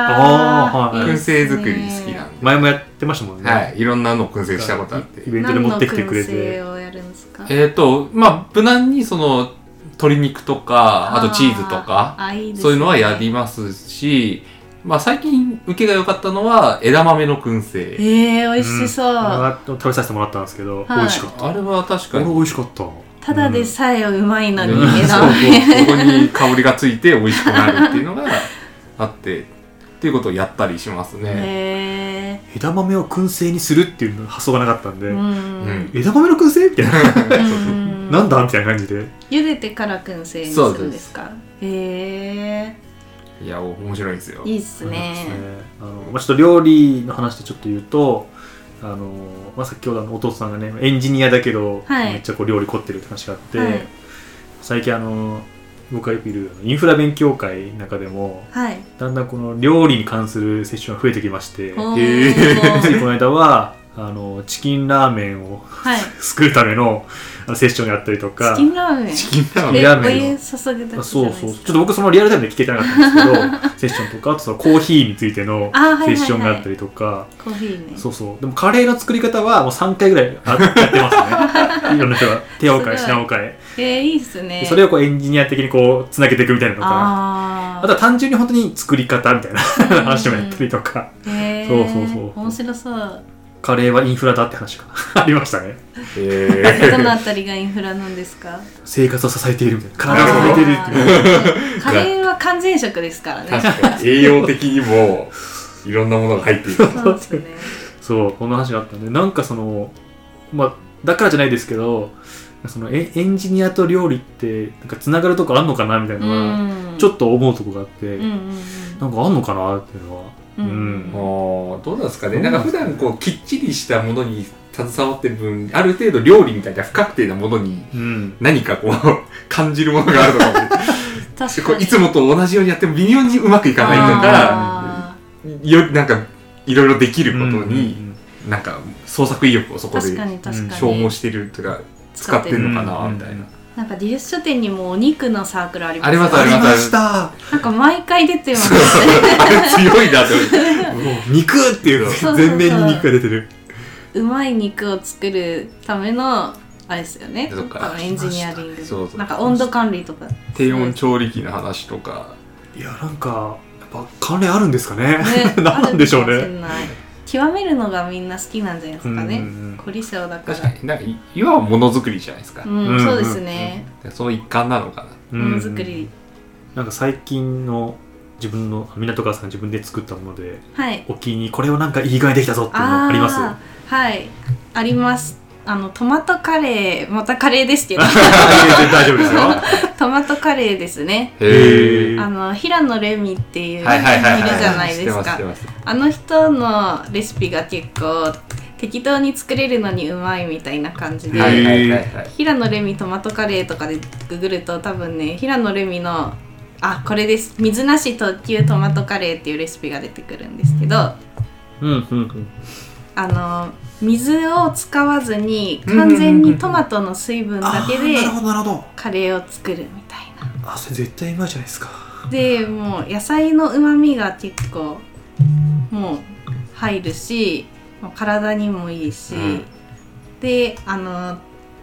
Speaker 3: あ
Speaker 1: あー
Speaker 3: ー
Speaker 1: はい
Speaker 2: 燻製作り好き
Speaker 3: な
Speaker 2: なんんで、
Speaker 1: 前もやってましたもんね
Speaker 2: はい、いろんなの燻製したことあって
Speaker 1: イベントで持ってきてくれて
Speaker 3: 何の燻製をやるんですか
Speaker 2: えっ、とまあ無難にその鶏肉とかあとチーズとか
Speaker 3: あーあいいですね
Speaker 2: そういうのはやりますし、まあ、最近受けが良かったのは枝豆の燻製
Speaker 3: えー、美味しそう、
Speaker 1: んあれは食べさせてもらったんですけど、
Speaker 3: い
Speaker 1: 美味しかった
Speaker 2: あれは確
Speaker 1: あ
Speaker 2: か
Speaker 1: れ
Speaker 2: に
Speaker 1: 美味しかった
Speaker 3: ただでさえうまいのに
Speaker 2: うん
Speaker 3: 値
Speaker 2: そう
Speaker 3: 段
Speaker 2: ここに香りがついて美味しくなるっていうのがあってっていうことをやったりしますね、
Speaker 3: へ
Speaker 1: 枝豆を燻製にするっていう発想がなかったんで、
Speaker 3: えうん、
Speaker 2: うん
Speaker 1: 枝豆の燻製みたいな、
Speaker 3: うん
Speaker 1: なんだみたいな感じで
Speaker 3: 茹でてから燻製にするんですかへえ
Speaker 2: いや面白いんですよ
Speaker 3: いいっす
Speaker 1: そうです
Speaker 3: ね
Speaker 1: ねあのまあ、ちょっと料理の話でちょっと言うとあの、まあ、先ほどあのお父さんがねエンジニアだけど、
Speaker 3: はい
Speaker 1: めっちゃこう料理凝ってるって話があって、
Speaker 3: はい
Speaker 1: 最近あの僕がよくいるあのインフラ勉強会の中でも
Speaker 3: はい
Speaker 1: だんだんこの料理に関するセッションが増えてきまして
Speaker 3: おー
Speaker 1: ついこの間はあのチキンラーメンを
Speaker 3: はい
Speaker 1: 作るためのあのセッションやったりとか
Speaker 3: チキンラーメン
Speaker 2: チキンラーメン
Speaker 1: ンラーメン
Speaker 3: えお湯注ぐだけじゃないですか
Speaker 1: そうそうちょっと僕そのリアルタイムで聞けてなかったんで すけどセッションとかあとそのコーヒーについての
Speaker 3: あはいはいはい
Speaker 1: セッションがあったりとか、
Speaker 3: コーヒーね
Speaker 1: そうそうでもカレーの作り方はもう3回ぐらいあやってます ねいろんな人が手を変え
Speaker 3: すごい
Speaker 1: 品を変え
Speaker 3: えー、いいっすね
Speaker 1: でそれをこうエンジニア的にこうつなげていくみたいなのとか
Speaker 3: あ
Speaker 1: あ
Speaker 3: ー
Speaker 1: とは単純に本当に作り方みたいな
Speaker 3: ん
Speaker 1: 話もやったりとか
Speaker 3: へえ
Speaker 1: そうそうそう
Speaker 3: 面白そう
Speaker 1: カレーはインフラだって話が ありましたね
Speaker 2: え
Speaker 3: どの あたりがインフラなんですか
Speaker 1: 生活を支えているみたいな
Speaker 2: な
Speaker 1: 体を支え
Speaker 2: るほ
Speaker 1: て
Speaker 2: ど
Speaker 1: いるっていう
Speaker 3: あーカレーは完全食ですからね
Speaker 2: 確かに栄養的にもいろんなものが入っている
Speaker 3: そうですね
Speaker 1: そうこの話があったんでなんかそのまあだからじゃないですけどそのエエンジニアと料理ってなんかつながるとこあんのかなみたいなのは、ちょ
Speaker 3: と
Speaker 1: っと思うとこがあって、
Speaker 3: うんうん
Speaker 1: なんかあんのかなっていうのは
Speaker 3: うん
Speaker 1: うん
Speaker 2: もうどうなんですかねなんか普段こうきっちりしたものに携わってる分ある程度料理みたいな不確定なものに
Speaker 1: うん
Speaker 2: 何かこう 感じるものがあるのかもしれ ない
Speaker 3: 確
Speaker 2: こ
Speaker 3: か
Speaker 2: う
Speaker 3: に
Speaker 2: いつもと同じようにやっても微妙にうまくいかないとか
Speaker 3: あ
Speaker 2: よなんかいろいろできること
Speaker 1: う
Speaker 2: に、
Speaker 1: ん
Speaker 2: なんか創作意欲をそ
Speaker 3: ー
Speaker 2: こで
Speaker 3: 確かに確かに、
Speaker 2: 消耗してるというか使ってるのかな
Speaker 1: うん
Speaker 2: みたいな、
Speaker 3: なんかデュース書店にもお肉のサークルありますよ
Speaker 2: あります
Speaker 1: あ
Speaker 2: あ
Speaker 1: り
Speaker 2: り
Speaker 1: ま
Speaker 2: ま
Speaker 1: した
Speaker 3: なんか毎回出てます
Speaker 2: あれ強いなって思って
Speaker 1: もう肉っていう
Speaker 2: そう
Speaker 3: そうそう
Speaker 1: 全面に肉が出てる
Speaker 3: うまい肉を作るためのあれですよね
Speaker 2: そうか
Speaker 3: 多分エンジニアリング
Speaker 2: そうそう
Speaker 3: なんか温度管理とか
Speaker 2: 低温調理器の話とか
Speaker 1: いやなんかやっぱ関連あるんですかね
Speaker 3: ね
Speaker 1: 何なんでしょう
Speaker 3: あるかも
Speaker 1: ね
Speaker 3: れない極めるのがみんな好きなんじゃないですか
Speaker 1: う
Speaker 3: ね
Speaker 1: ん
Speaker 3: 凝り性だから
Speaker 2: 確かになんかいいわばものづくりじゃないですか、
Speaker 3: うん、
Speaker 1: うん
Speaker 3: そうですね
Speaker 2: その一環なのかな
Speaker 1: う
Speaker 3: も
Speaker 1: ん
Speaker 3: のづくり
Speaker 1: なんか最近の自分の港川さんが自分で作ったもので
Speaker 3: はい
Speaker 1: お気に入りこれをなんかいい具合にできたぞっていうの
Speaker 3: あー
Speaker 1: あります
Speaker 3: はいありますあのトマトカレーまたカレーで すけど
Speaker 1: 大丈夫ですよ
Speaker 3: トマトカレーですね
Speaker 1: へー
Speaker 3: あの平野レミっていう、
Speaker 2: はいはいはいはい
Speaker 3: いるじゃないです
Speaker 2: 知っ
Speaker 3: か
Speaker 2: てます知ってま
Speaker 3: あの人のレシピが結構適当に作れるのにうまいみたいな感じ
Speaker 2: す
Speaker 3: で、
Speaker 1: へ
Speaker 2: は
Speaker 1: ー
Speaker 2: いはいはいはい
Speaker 3: 平野レミトマトカレーとかでググると多分ね平野レミのあこれです水なし特急トマトカレーっていうレシピが出てくるんですけどあ
Speaker 1: うんうんうん
Speaker 3: の水を使わずに完全にトマトの水分だけで
Speaker 1: あーなるほどなるほど
Speaker 3: カレーを作るみたいな。
Speaker 1: あそれ絶対うまいじゃないですか
Speaker 3: でもう野菜のうまみが結構もう入るしもう体にもいいし、
Speaker 2: うん
Speaker 3: であの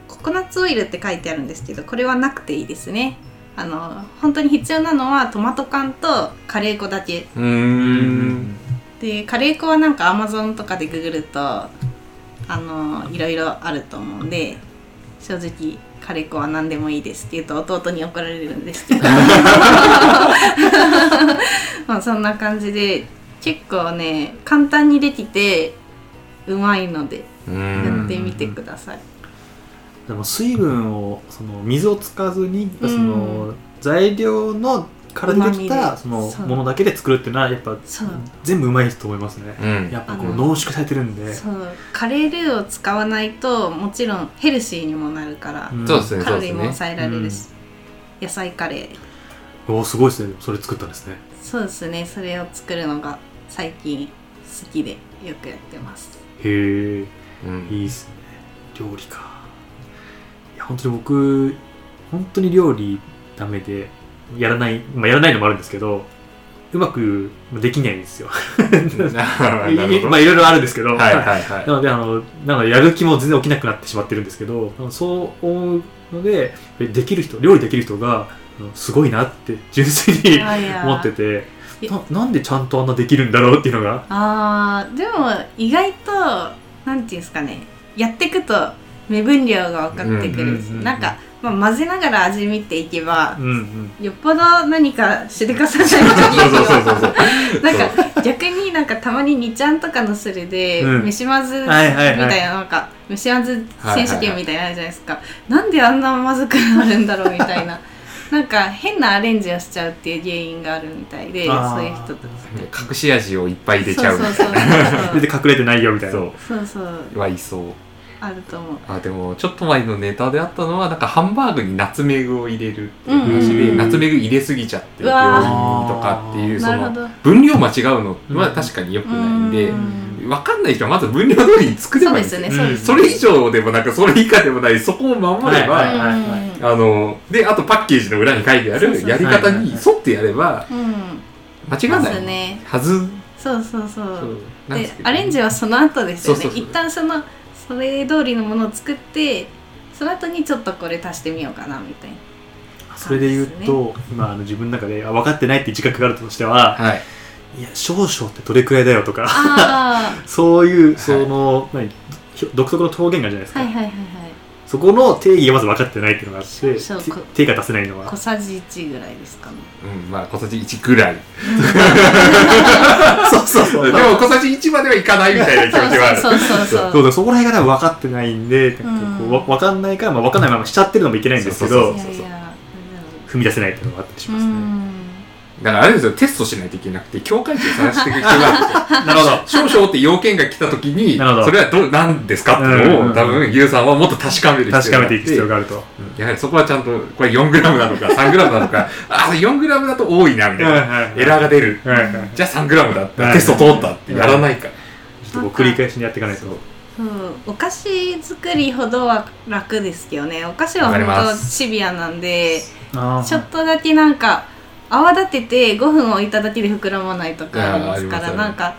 Speaker 3: ココナッツオイルって書いてあるんですけどこれはなくていいですねあの本当に必要なのはトマト缶とカレー粉だけ
Speaker 2: うーん
Speaker 3: でカレー粉はなんかアマゾンとかでググるとあのいろいろあると思うんで正直カレー粉は何でもいいですって言うと弟に怒られるんですけ どまあそんな感じで結構ね簡単にできてうまいので
Speaker 2: う
Speaker 3: やっ
Speaker 2: ん
Speaker 3: てみてください、
Speaker 1: でも水分をその水を使わずに、
Speaker 3: うん
Speaker 1: その材料のからでき
Speaker 3: 旨味
Speaker 1: た
Speaker 3: で
Speaker 1: その
Speaker 3: そう
Speaker 1: ものだけで作るっていうのはやっぱ
Speaker 3: そう
Speaker 1: 全部うまいと思いますね、
Speaker 2: うん
Speaker 1: やっぱこ
Speaker 3: あ
Speaker 1: う
Speaker 3: の
Speaker 1: 濃縮されてるんで
Speaker 3: そうカレールーを使わないともちろんヘルシーにもなるから、
Speaker 1: ん
Speaker 2: そうですね
Speaker 3: カ
Speaker 2: そ
Speaker 3: ロ
Speaker 2: う
Speaker 3: リ
Speaker 2: です
Speaker 3: ーも
Speaker 2: ね
Speaker 3: 抑えられるし、野菜カレー
Speaker 1: おーすごいですねそれ作ったんですね
Speaker 3: そうそうですねそれを作るのが最近好きでよくやってます
Speaker 1: へえ
Speaker 2: うん
Speaker 1: いいっすね料理かいや本当に僕本当に料理ダメでやらない、まあ、やらないのもあるんですけどうまくできないんですよ
Speaker 2: なるほど。
Speaker 1: まあいろいろあるんですけど、
Speaker 2: はいは いはい。
Speaker 1: なのであのなのでやる気も全然起きなくなってしまってるんですけどそう思うのでできる人料理できる人があのすごいなって純粋に思
Speaker 3: 思
Speaker 1: ってて
Speaker 3: いや
Speaker 1: ななんでちゃんとあんなできるんだろうっていうのが
Speaker 3: あーでも意外となんていうんですかねやっていくと目分量が分かってくるんです
Speaker 1: うんうんうんうん
Speaker 3: なんか、まあ、混ぜながら味見ていけば
Speaker 1: うん うん
Speaker 3: よっぽど何かしでかさじゃない
Speaker 2: そうそうそうそう
Speaker 3: と
Speaker 2: そう。
Speaker 3: なんか逆になんかたまに2ちゃんとかのそれで
Speaker 1: うん
Speaker 3: 飯まずみた
Speaker 1: はいいはいはい
Speaker 3: ななんか飯まず選手権みたいなのあるじゃないですかなんであんなまずくなるんだろうみたいな なんか変なアレンジをしちゃうっていう原因があるみたいで
Speaker 1: あー
Speaker 3: そういう人た
Speaker 2: 隠し味をいっぱい入れちゃう。
Speaker 3: そうそうそう
Speaker 1: 全然隠れてないよみたいな
Speaker 2: そ
Speaker 3: そうそう
Speaker 2: う。はいそう。
Speaker 3: あると思う
Speaker 2: あでもちょっと前のネタであったのはなんかハンバーグにナツメグを入れるっていう話
Speaker 1: うんうん
Speaker 2: で、
Speaker 1: うん
Speaker 2: ナツメグ入れすぎちゃって
Speaker 3: う
Speaker 2: 病
Speaker 3: わー
Speaker 2: 院とかっていう そ
Speaker 3: なるほ
Speaker 2: の
Speaker 3: ど
Speaker 2: 分量間違うの
Speaker 1: う
Speaker 2: は
Speaker 1: ん
Speaker 2: 確かに良くないんで
Speaker 3: う、
Speaker 1: ん
Speaker 2: わかんない人はまず分量通りに作れ
Speaker 3: そう
Speaker 2: ばい
Speaker 3: で
Speaker 2: いんです
Speaker 3: す
Speaker 2: よ。
Speaker 3: ねそうで
Speaker 1: うん
Speaker 3: すね
Speaker 2: それ以上でもなくそれ以下でもないそこを守れば、
Speaker 1: はいはいはい
Speaker 3: うん
Speaker 2: あのであとパッケージの裏に書いてあ
Speaker 3: そうそう
Speaker 2: るやり方に
Speaker 1: はいはい
Speaker 2: 沿ってやれば
Speaker 3: うん
Speaker 2: 間違
Speaker 3: そ
Speaker 2: い
Speaker 3: うで
Speaker 2: な
Speaker 3: す
Speaker 2: い
Speaker 3: ね
Speaker 2: はず
Speaker 3: そうそうそう
Speaker 2: なん
Speaker 3: です
Speaker 2: けど
Speaker 3: アレンジはその後ですよね
Speaker 2: そうそうそう
Speaker 3: 一旦そのそれ通りのものを作ってその後にちょっとこれ足してみようかなみたいな
Speaker 1: それで言うと、今あの自分の中であ分かってないって自覚があるとしては
Speaker 2: はい
Speaker 1: いや少々ってどれくらいだよとか
Speaker 3: あ
Speaker 1: そういう
Speaker 2: い
Speaker 1: その、何ひ独特の表現があるじゃないです
Speaker 3: あ
Speaker 1: か、
Speaker 3: はいはいはいはい
Speaker 1: そこの定義がまず分かってないっていうのがあって
Speaker 3: そう
Speaker 1: て
Speaker 3: こ
Speaker 1: 手が出せないのは
Speaker 3: 小さじ1ぐらいですかね
Speaker 2: うんまあ小さじ1ぐらい
Speaker 1: そうそう
Speaker 2: で
Speaker 1: そ
Speaker 2: も
Speaker 1: う
Speaker 2: 小さじ1まではいかないみたいな気持ちはある
Speaker 3: そうそうそ
Speaker 1: そ
Speaker 3: うそう
Speaker 1: うだそこら辺がね分かってないんで、なんかこ
Speaker 3: う
Speaker 1: うんわ分かんないから、まあ、分かんないまましちゃってるのもいけないんですけ
Speaker 2: そ
Speaker 1: ど
Speaker 2: う
Speaker 3: い
Speaker 2: そう
Speaker 3: やい
Speaker 2: そう
Speaker 3: や
Speaker 1: 踏み出せないっていうのがあったりし
Speaker 3: う
Speaker 1: ますね、
Speaker 3: ん
Speaker 2: だからあれですよテストしないといけなくて境界値を探していく必要があるんですよ
Speaker 1: なるほど
Speaker 2: 少々って要件が来た時に
Speaker 1: なるほど
Speaker 2: それはどう何ですかっていう
Speaker 1: うんうんう
Speaker 2: のを
Speaker 1: ん
Speaker 2: 多分牛さんはもっと確かめる
Speaker 1: 確
Speaker 2: 必
Speaker 1: か
Speaker 2: 要があ
Speaker 1: め
Speaker 2: って
Speaker 1: ていく必要があると
Speaker 2: うんやはりそこはちゃんとこれ 4g なのか 3g なのかあ4 g だと多いなみたいなエラーが出る
Speaker 1: はいはいはい
Speaker 2: じゃあ 3g だっ
Speaker 1: はい
Speaker 2: たテスト通ったってやらないから
Speaker 1: ちょっとこう繰り返しにやっていかないと
Speaker 2: そう
Speaker 3: そうお菓子作りほどは楽ですけどねお菓子は
Speaker 2: わかり
Speaker 3: 本
Speaker 2: ま
Speaker 3: 当
Speaker 2: す
Speaker 3: シビアなんで
Speaker 1: あー
Speaker 3: ちょっとだけなんか泡立てて5分置いただけで膨らまないとかありますか
Speaker 2: あーあ
Speaker 3: ら
Speaker 2: ります
Speaker 3: なんか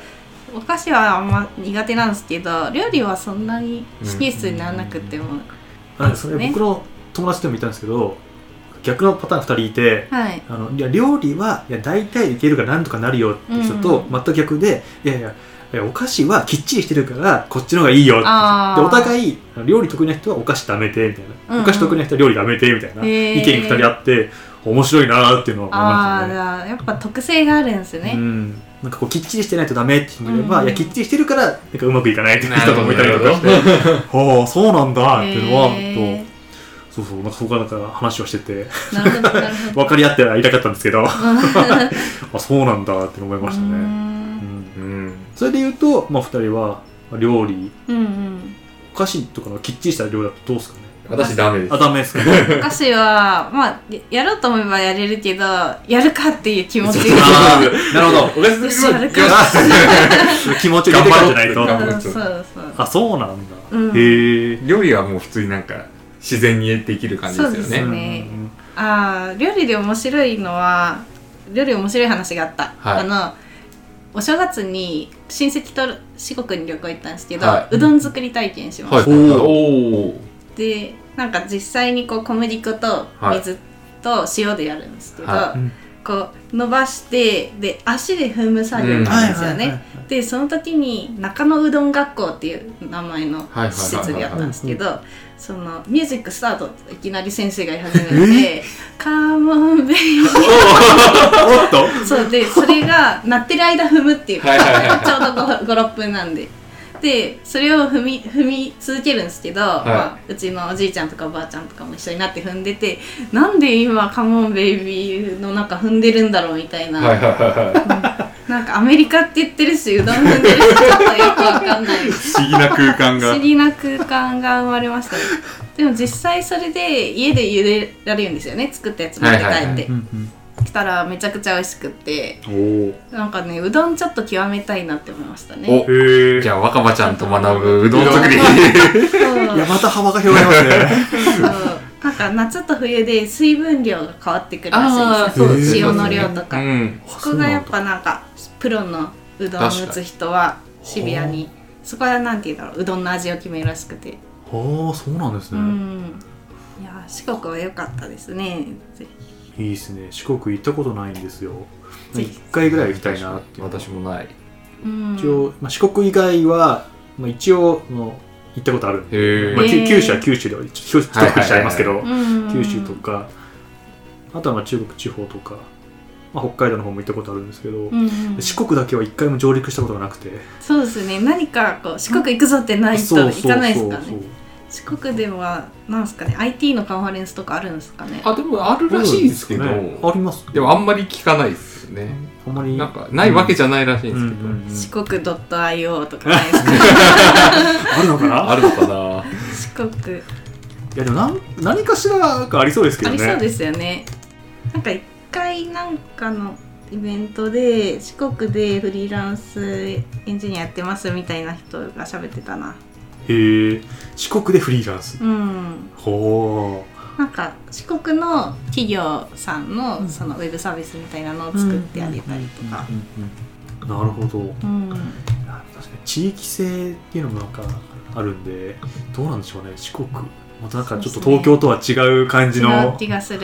Speaker 3: お菓子はあんま苦手なんですけど料理はそんなに神経質にならなくても、
Speaker 1: あのそれ
Speaker 3: ね
Speaker 1: 僕の友達でもいたんですけど逆のパターン2人いて
Speaker 3: はい
Speaker 1: あのいや料理はいや大体いけるからなんとかなるよって人と、
Speaker 3: うん
Speaker 1: 全く逆でいやいやいやお菓子はきっちりしてるからこっちの方がいいよって
Speaker 3: あー
Speaker 1: でお互いあの料理得意な人はお菓子ダメてみたいな、
Speaker 3: うんうん
Speaker 1: お菓子得意な人は料理ダメてみたいな、
Speaker 3: へー
Speaker 1: 意見2人あって面白いなーっていうのは思い
Speaker 3: あ
Speaker 1: ま
Speaker 3: あ
Speaker 1: し
Speaker 3: ー
Speaker 1: たね。
Speaker 3: やっぱ特性があるんです
Speaker 1: う
Speaker 3: ね、
Speaker 1: ん、なんかこうきっちりしてないとダメって人もいれば、
Speaker 3: うん
Speaker 1: いやきっちりしてるからなんかうまくいかないっていう
Speaker 2: な
Speaker 1: 人
Speaker 2: る
Speaker 1: と
Speaker 2: ほ
Speaker 1: もい
Speaker 2: ど
Speaker 1: たりと かしてああそうなんだっていうのは、
Speaker 3: へー
Speaker 1: そうそうなんかそこはなんか話をしてて
Speaker 3: なるほどなるほど
Speaker 1: 分かり合ってはいなかったんですけ どあそうなんだって思いました
Speaker 3: うー
Speaker 1: ね、うんん
Speaker 2: うん
Speaker 1: それで言うと、まあ、2人はまあ料理
Speaker 3: うんうん
Speaker 1: お菓子とかのきっちりした料理だとどうですかね
Speaker 2: 私ダメです
Speaker 1: あダメですかね
Speaker 3: お菓子はまあややろうと思えばやれるけどやるかっていう気持ち
Speaker 2: そう
Speaker 3: が
Speaker 1: あーなるほ
Speaker 2: おやすみ
Speaker 3: 私やるか
Speaker 1: 気持ちを入れてからじゃない
Speaker 2: 頑張ろ
Speaker 1: と
Speaker 2: う
Speaker 3: そうそうそう
Speaker 1: あそうなんだ、
Speaker 3: うん
Speaker 1: へえ
Speaker 2: 料理はもう普通になんか自然にできる感じですよ
Speaker 3: そうです
Speaker 2: ね
Speaker 3: ねあー料理で面白いのは料理面白い話があった、
Speaker 2: はい
Speaker 3: あのお正月に親戚と四国に旅行行ったんですけど、
Speaker 2: はいう
Speaker 3: どん作り体験しました、
Speaker 2: はい
Speaker 1: おー
Speaker 2: おお
Speaker 3: でなんか実際にこう小麦粉と水と塩でやるんですけど、
Speaker 2: は
Speaker 1: うん
Speaker 3: こう伸ばしてで足で踏む作
Speaker 2: う
Speaker 3: 業
Speaker 2: ん
Speaker 3: なんですよね、でその時に中野うどん学校っていう名前の
Speaker 2: はいはいはいはい
Speaker 3: 施設でやったんですけどそのミュージックスタートっていきなり先生が言い始めて「カーモンベイビー
Speaker 1: おっと
Speaker 3: そうでそれが鳴ってる間踏むっていう、
Speaker 2: はいはいはい
Speaker 3: ちょうど56分なんででそれを踏み踏み続けるんですけど、
Speaker 2: い
Speaker 3: まあ、うちのおじいちゃんとかおばあちゃんとかも一緒になって踏んでてなんで今「カモンベイビー」の中踏んでるんだろうみたいな、
Speaker 2: はいはいはいはい
Speaker 3: なんかアメリカって言ってるしうどん踏んでるしちょっとよくわかんない
Speaker 2: 不思議な空間
Speaker 3: 不
Speaker 2: が
Speaker 3: 思議な空間が生まれましたねでも実際それで家で茹でられるんですよね作ったやつ持って帰って、
Speaker 2: はいはいは
Speaker 1: うんうん
Speaker 3: 来たらめちゃくちゃ美味しくって
Speaker 1: おー
Speaker 3: なんかねうどんちょっと極めたいなって思いましたね
Speaker 2: お
Speaker 1: へえ
Speaker 2: じゃあ若葉ちゃんと学ぶうどん作り
Speaker 3: そう
Speaker 1: いやまた幅が広がります ね
Speaker 3: そうなんか夏と冬で水分量が変わってくるら
Speaker 2: ああ
Speaker 3: しい
Speaker 2: そう
Speaker 3: んで
Speaker 2: ですす
Speaker 3: よ
Speaker 2: ね
Speaker 3: 塩の量と
Speaker 2: う
Speaker 3: か、
Speaker 2: ん
Speaker 3: そこがやっぱなんかプロのうどんを打つ人はシビアにそこはなんて言うんだろううどんの味を決めるらしくて
Speaker 1: ああそうなんです
Speaker 3: う
Speaker 1: ね、
Speaker 3: んいやー四国は良かったですねぜひ
Speaker 1: いいですね四国行ったことないんですよ
Speaker 3: ぜひ
Speaker 1: 1回ぐらいは行きたいなっていう
Speaker 2: 私もないへ
Speaker 3: うん
Speaker 1: 一応、まあ、四国以外は、まあ、一応あの行ったことあるんで、
Speaker 2: え
Speaker 1: まあ、きゅ
Speaker 3: へー
Speaker 1: 九州は九州では一応一括りしちゃいますけど、
Speaker 3: うん
Speaker 1: 九州とかあとはまあ中国地方とか、まあ、北海道の方も行ったことあるんですけど、
Speaker 3: うん
Speaker 1: 四国だけは一回も上陸したことがなくて
Speaker 3: そうですね何かこう四国行くぞってないと
Speaker 1: そう
Speaker 3: 行
Speaker 1: そう
Speaker 3: かないで
Speaker 1: そ
Speaker 3: す
Speaker 1: う
Speaker 3: か
Speaker 1: そう
Speaker 3: ね四国ではなんですかね IT のカンファレンスとかあるんですかね
Speaker 2: あでもあるらしいですけど
Speaker 1: そうなんですかねあります
Speaker 2: でもあんまり聞かないですよね
Speaker 1: あんまり
Speaker 2: なんかないわけじゃないらしいん
Speaker 1: うん
Speaker 2: です
Speaker 1: う
Speaker 2: けど、
Speaker 1: んうん
Speaker 3: 四国 .io とかないですか
Speaker 1: あるのかな
Speaker 2: あるのかな
Speaker 3: 四国
Speaker 1: いやでもなん何かしらなんかありそうですけ
Speaker 3: あ
Speaker 1: ど
Speaker 3: り
Speaker 1: ね
Speaker 3: そうですよねなんか一回なんかのイベントで四国でフリーランスエンジニアやってますみたいな人が喋ってたな
Speaker 1: へえ四国でフリーランス
Speaker 3: うん
Speaker 1: ほ
Speaker 3: なんか四国の企業さんのそのウェブサービスみたいなのを
Speaker 1: う
Speaker 3: 作ってあげたりとか、
Speaker 1: うんなるほどい
Speaker 3: うん、
Speaker 1: や確かに地域性っていうのもなんかあるんでどうなんでしょうね四国またなんかちょっと東京とは違う感じ
Speaker 3: 違う
Speaker 1: の
Speaker 3: 気がする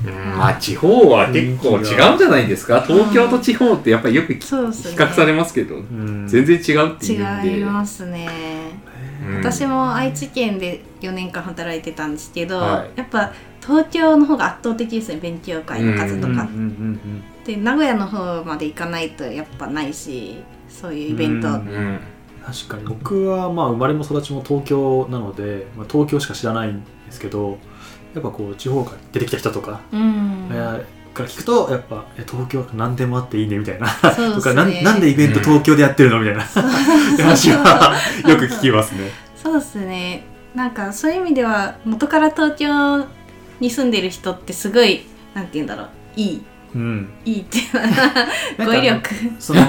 Speaker 2: うんまあ地方は結構違うんじゃないですか東京と地方ってやっぱりよくき比
Speaker 3: そうですね
Speaker 2: 較されますけど
Speaker 1: うん
Speaker 2: 全然違うっていうんで
Speaker 3: 違いますね
Speaker 2: うん
Speaker 3: 私も愛知県で4年間働いてたんですけど、
Speaker 2: はい
Speaker 3: やっぱ東京の方が圧倒的ですね勉強会の数と
Speaker 1: うんうん
Speaker 3: か
Speaker 1: う
Speaker 3: っ
Speaker 1: ん
Speaker 3: て、名古屋の方まで行かないとやっぱないしそういうイベント、
Speaker 1: うん
Speaker 2: う
Speaker 1: う
Speaker 2: ん
Speaker 1: ん確かに僕はまあ生まれも育ちも東京なので、まあ、東京しか知らないんですけどやっぱこう地方から出てきた人とか
Speaker 3: うん
Speaker 1: いやから聞くとやっぱいや東京は何でもあっていいねみたいな、
Speaker 3: そう
Speaker 1: と
Speaker 3: です
Speaker 1: か
Speaker 3: ね
Speaker 1: なんなんでイベント東京でやってるのみたいな話はよく聞きますね。
Speaker 3: そうですねなんかそういう意味では元から東京に住んでる人ってすごいなんて言うんだろういい
Speaker 1: うん、
Speaker 3: いいって
Speaker 1: なん
Speaker 3: 語
Speaker 1: か
Speaker 3: 彙力
Speaker 1: その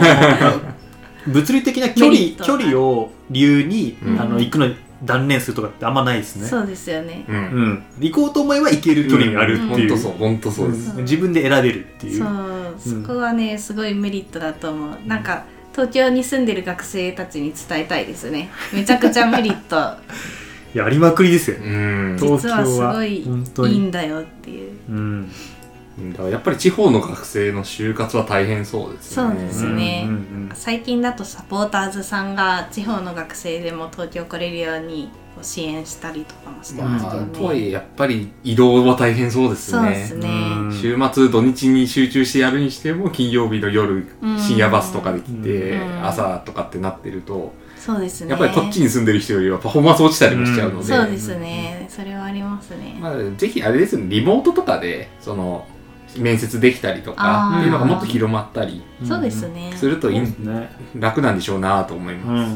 Speaker 1: 物理的な距
Speaker 3: メリッ
Speaker 1: 離距
Speaker 3: ト
Speaker 1: 離を理由に、
Speaker 2: うん
Speaker 1: あの行くのに断念するとかってあんまないですね。
Speaker 3: そうですよね
Speaker 2: うん
Speaker 1: うん、行こうと思えば行ける距離にあるっていう,、
Speaker 2: 本当そう本当そうです、
Speaker 1: ん自分で選べるっていう。
Speaker 3: そう、
Speaker 1: うん
Speaker 3: そこはねすごいメリットだと思うなんか東京に住んでる学生たちに伝えたいですねめちゃくちゃメリッ ト
Speaker 1: いやありまくりですよね。
Speaker 2: うん
Speaker 3: そう
Speaker 1: 東京は
Speaker 3: 実はすごい
Speaker 1: 本当
Speaker 3: いい
Speaker 1: に。
Speaker 3: んだよっていう
Speaker 1: うん
Speaker 2: だからやっぱり地方の学生の就活は大変そうですね
Speaker 3: そうですね
Speaker 1: うんうん
Speaker 3: 最近だとサポーターズさんが地方の学生でも東京来れるようにこう支援したりとかもして
Speaker 2: ま
Speaker 3: ますけ
Speaker 2: あ、と
Speaker 3: ど
Speaker 2: はい
Speaker 3: ね、
Speaker 2: えやっぱり移動は大変そうです
Speaker 3: そう
Speaker 2: ね
Speaker 3: です
Speaker 1: うん
Speaker 3: ね
Speaker 1: うん
Speaker 2: 週末土日に集中してやるにしても金曜日の夜
Speaker 3: うん
Speaker 2: 深夜バスとかで来て、
Speaker 3: うん
Speaker 2: 朝とかってなってると、
Speaker 3: そうですね
Speaker 2: やっぱりこっちに住んでる人よりはパフォーマンス落ちたりもしちゃうので、
Speaker 3: そうですねそれはありますね、
Speaker 2: まあ、ぜひあれですねリモートとかでその面接できたりと
Speaker 3: あ
Speaker 2: か
Speaker 3: ー
Speaker 2: っていうのがもっと広まったり
Speaker 3: そうです。ね
Speaker 2: するといい
Speaker 1: そうですね。
Speaker 2: 楽なんでしょうなと思い
Speaker 1: うんう
Speaker 2: ます。
Speaker 1: ん、う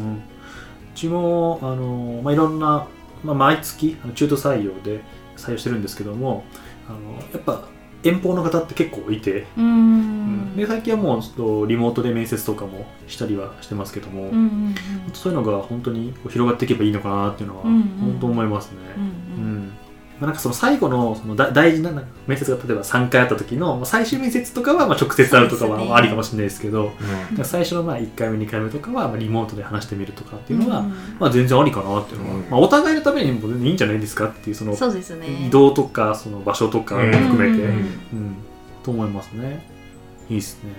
Speaker 1: ちもあの、まあ、いろんな、まあ、毎月あの中途採用で採用してるんですけどもあのやっぱ遠方の方って結構いて、
Speaker 3: うーん
Speaker 1: で最近はもうちょっとリモートで面接とかもしたりはしてますけども、
Speaker 3: うんうん
Speaker 1: そういうのが本当にこう広がっていけばいいのかなっていうのは
Speaker 3: うんうん
Speaker 1: 本当思いますね。
Speaker 3: うんうん
Speaker 1: う
Speaker 3: うん
Speaker 1: んまあなんかその最後のそのだ大事ななんか面接が例えば3回あった時のまあ最終面接とかはまあ直接あるとか
Speaker 3: そうです
Speaker 1: は
Speaker 3: ね
Speaker 1: ありかもしれないですけど
Speaker 2: うん
Speaker 1: だから最初のまあ1回目2回目とかはまあリモートで話してみるとかっていうのは、
Speaker 3: ん
Speaker 1: まあ、全然ありかなっていうのは、
Speaker 2: うん
Speaker 1: まあ、お互いのためにも全然いいんじゃないですかっていうその
Speaker 3: そうですね
Speaker 1: 移動とかその場所とかも含めて、
Speaker 3: う
Speaker 1: うんんと思いますねいいですね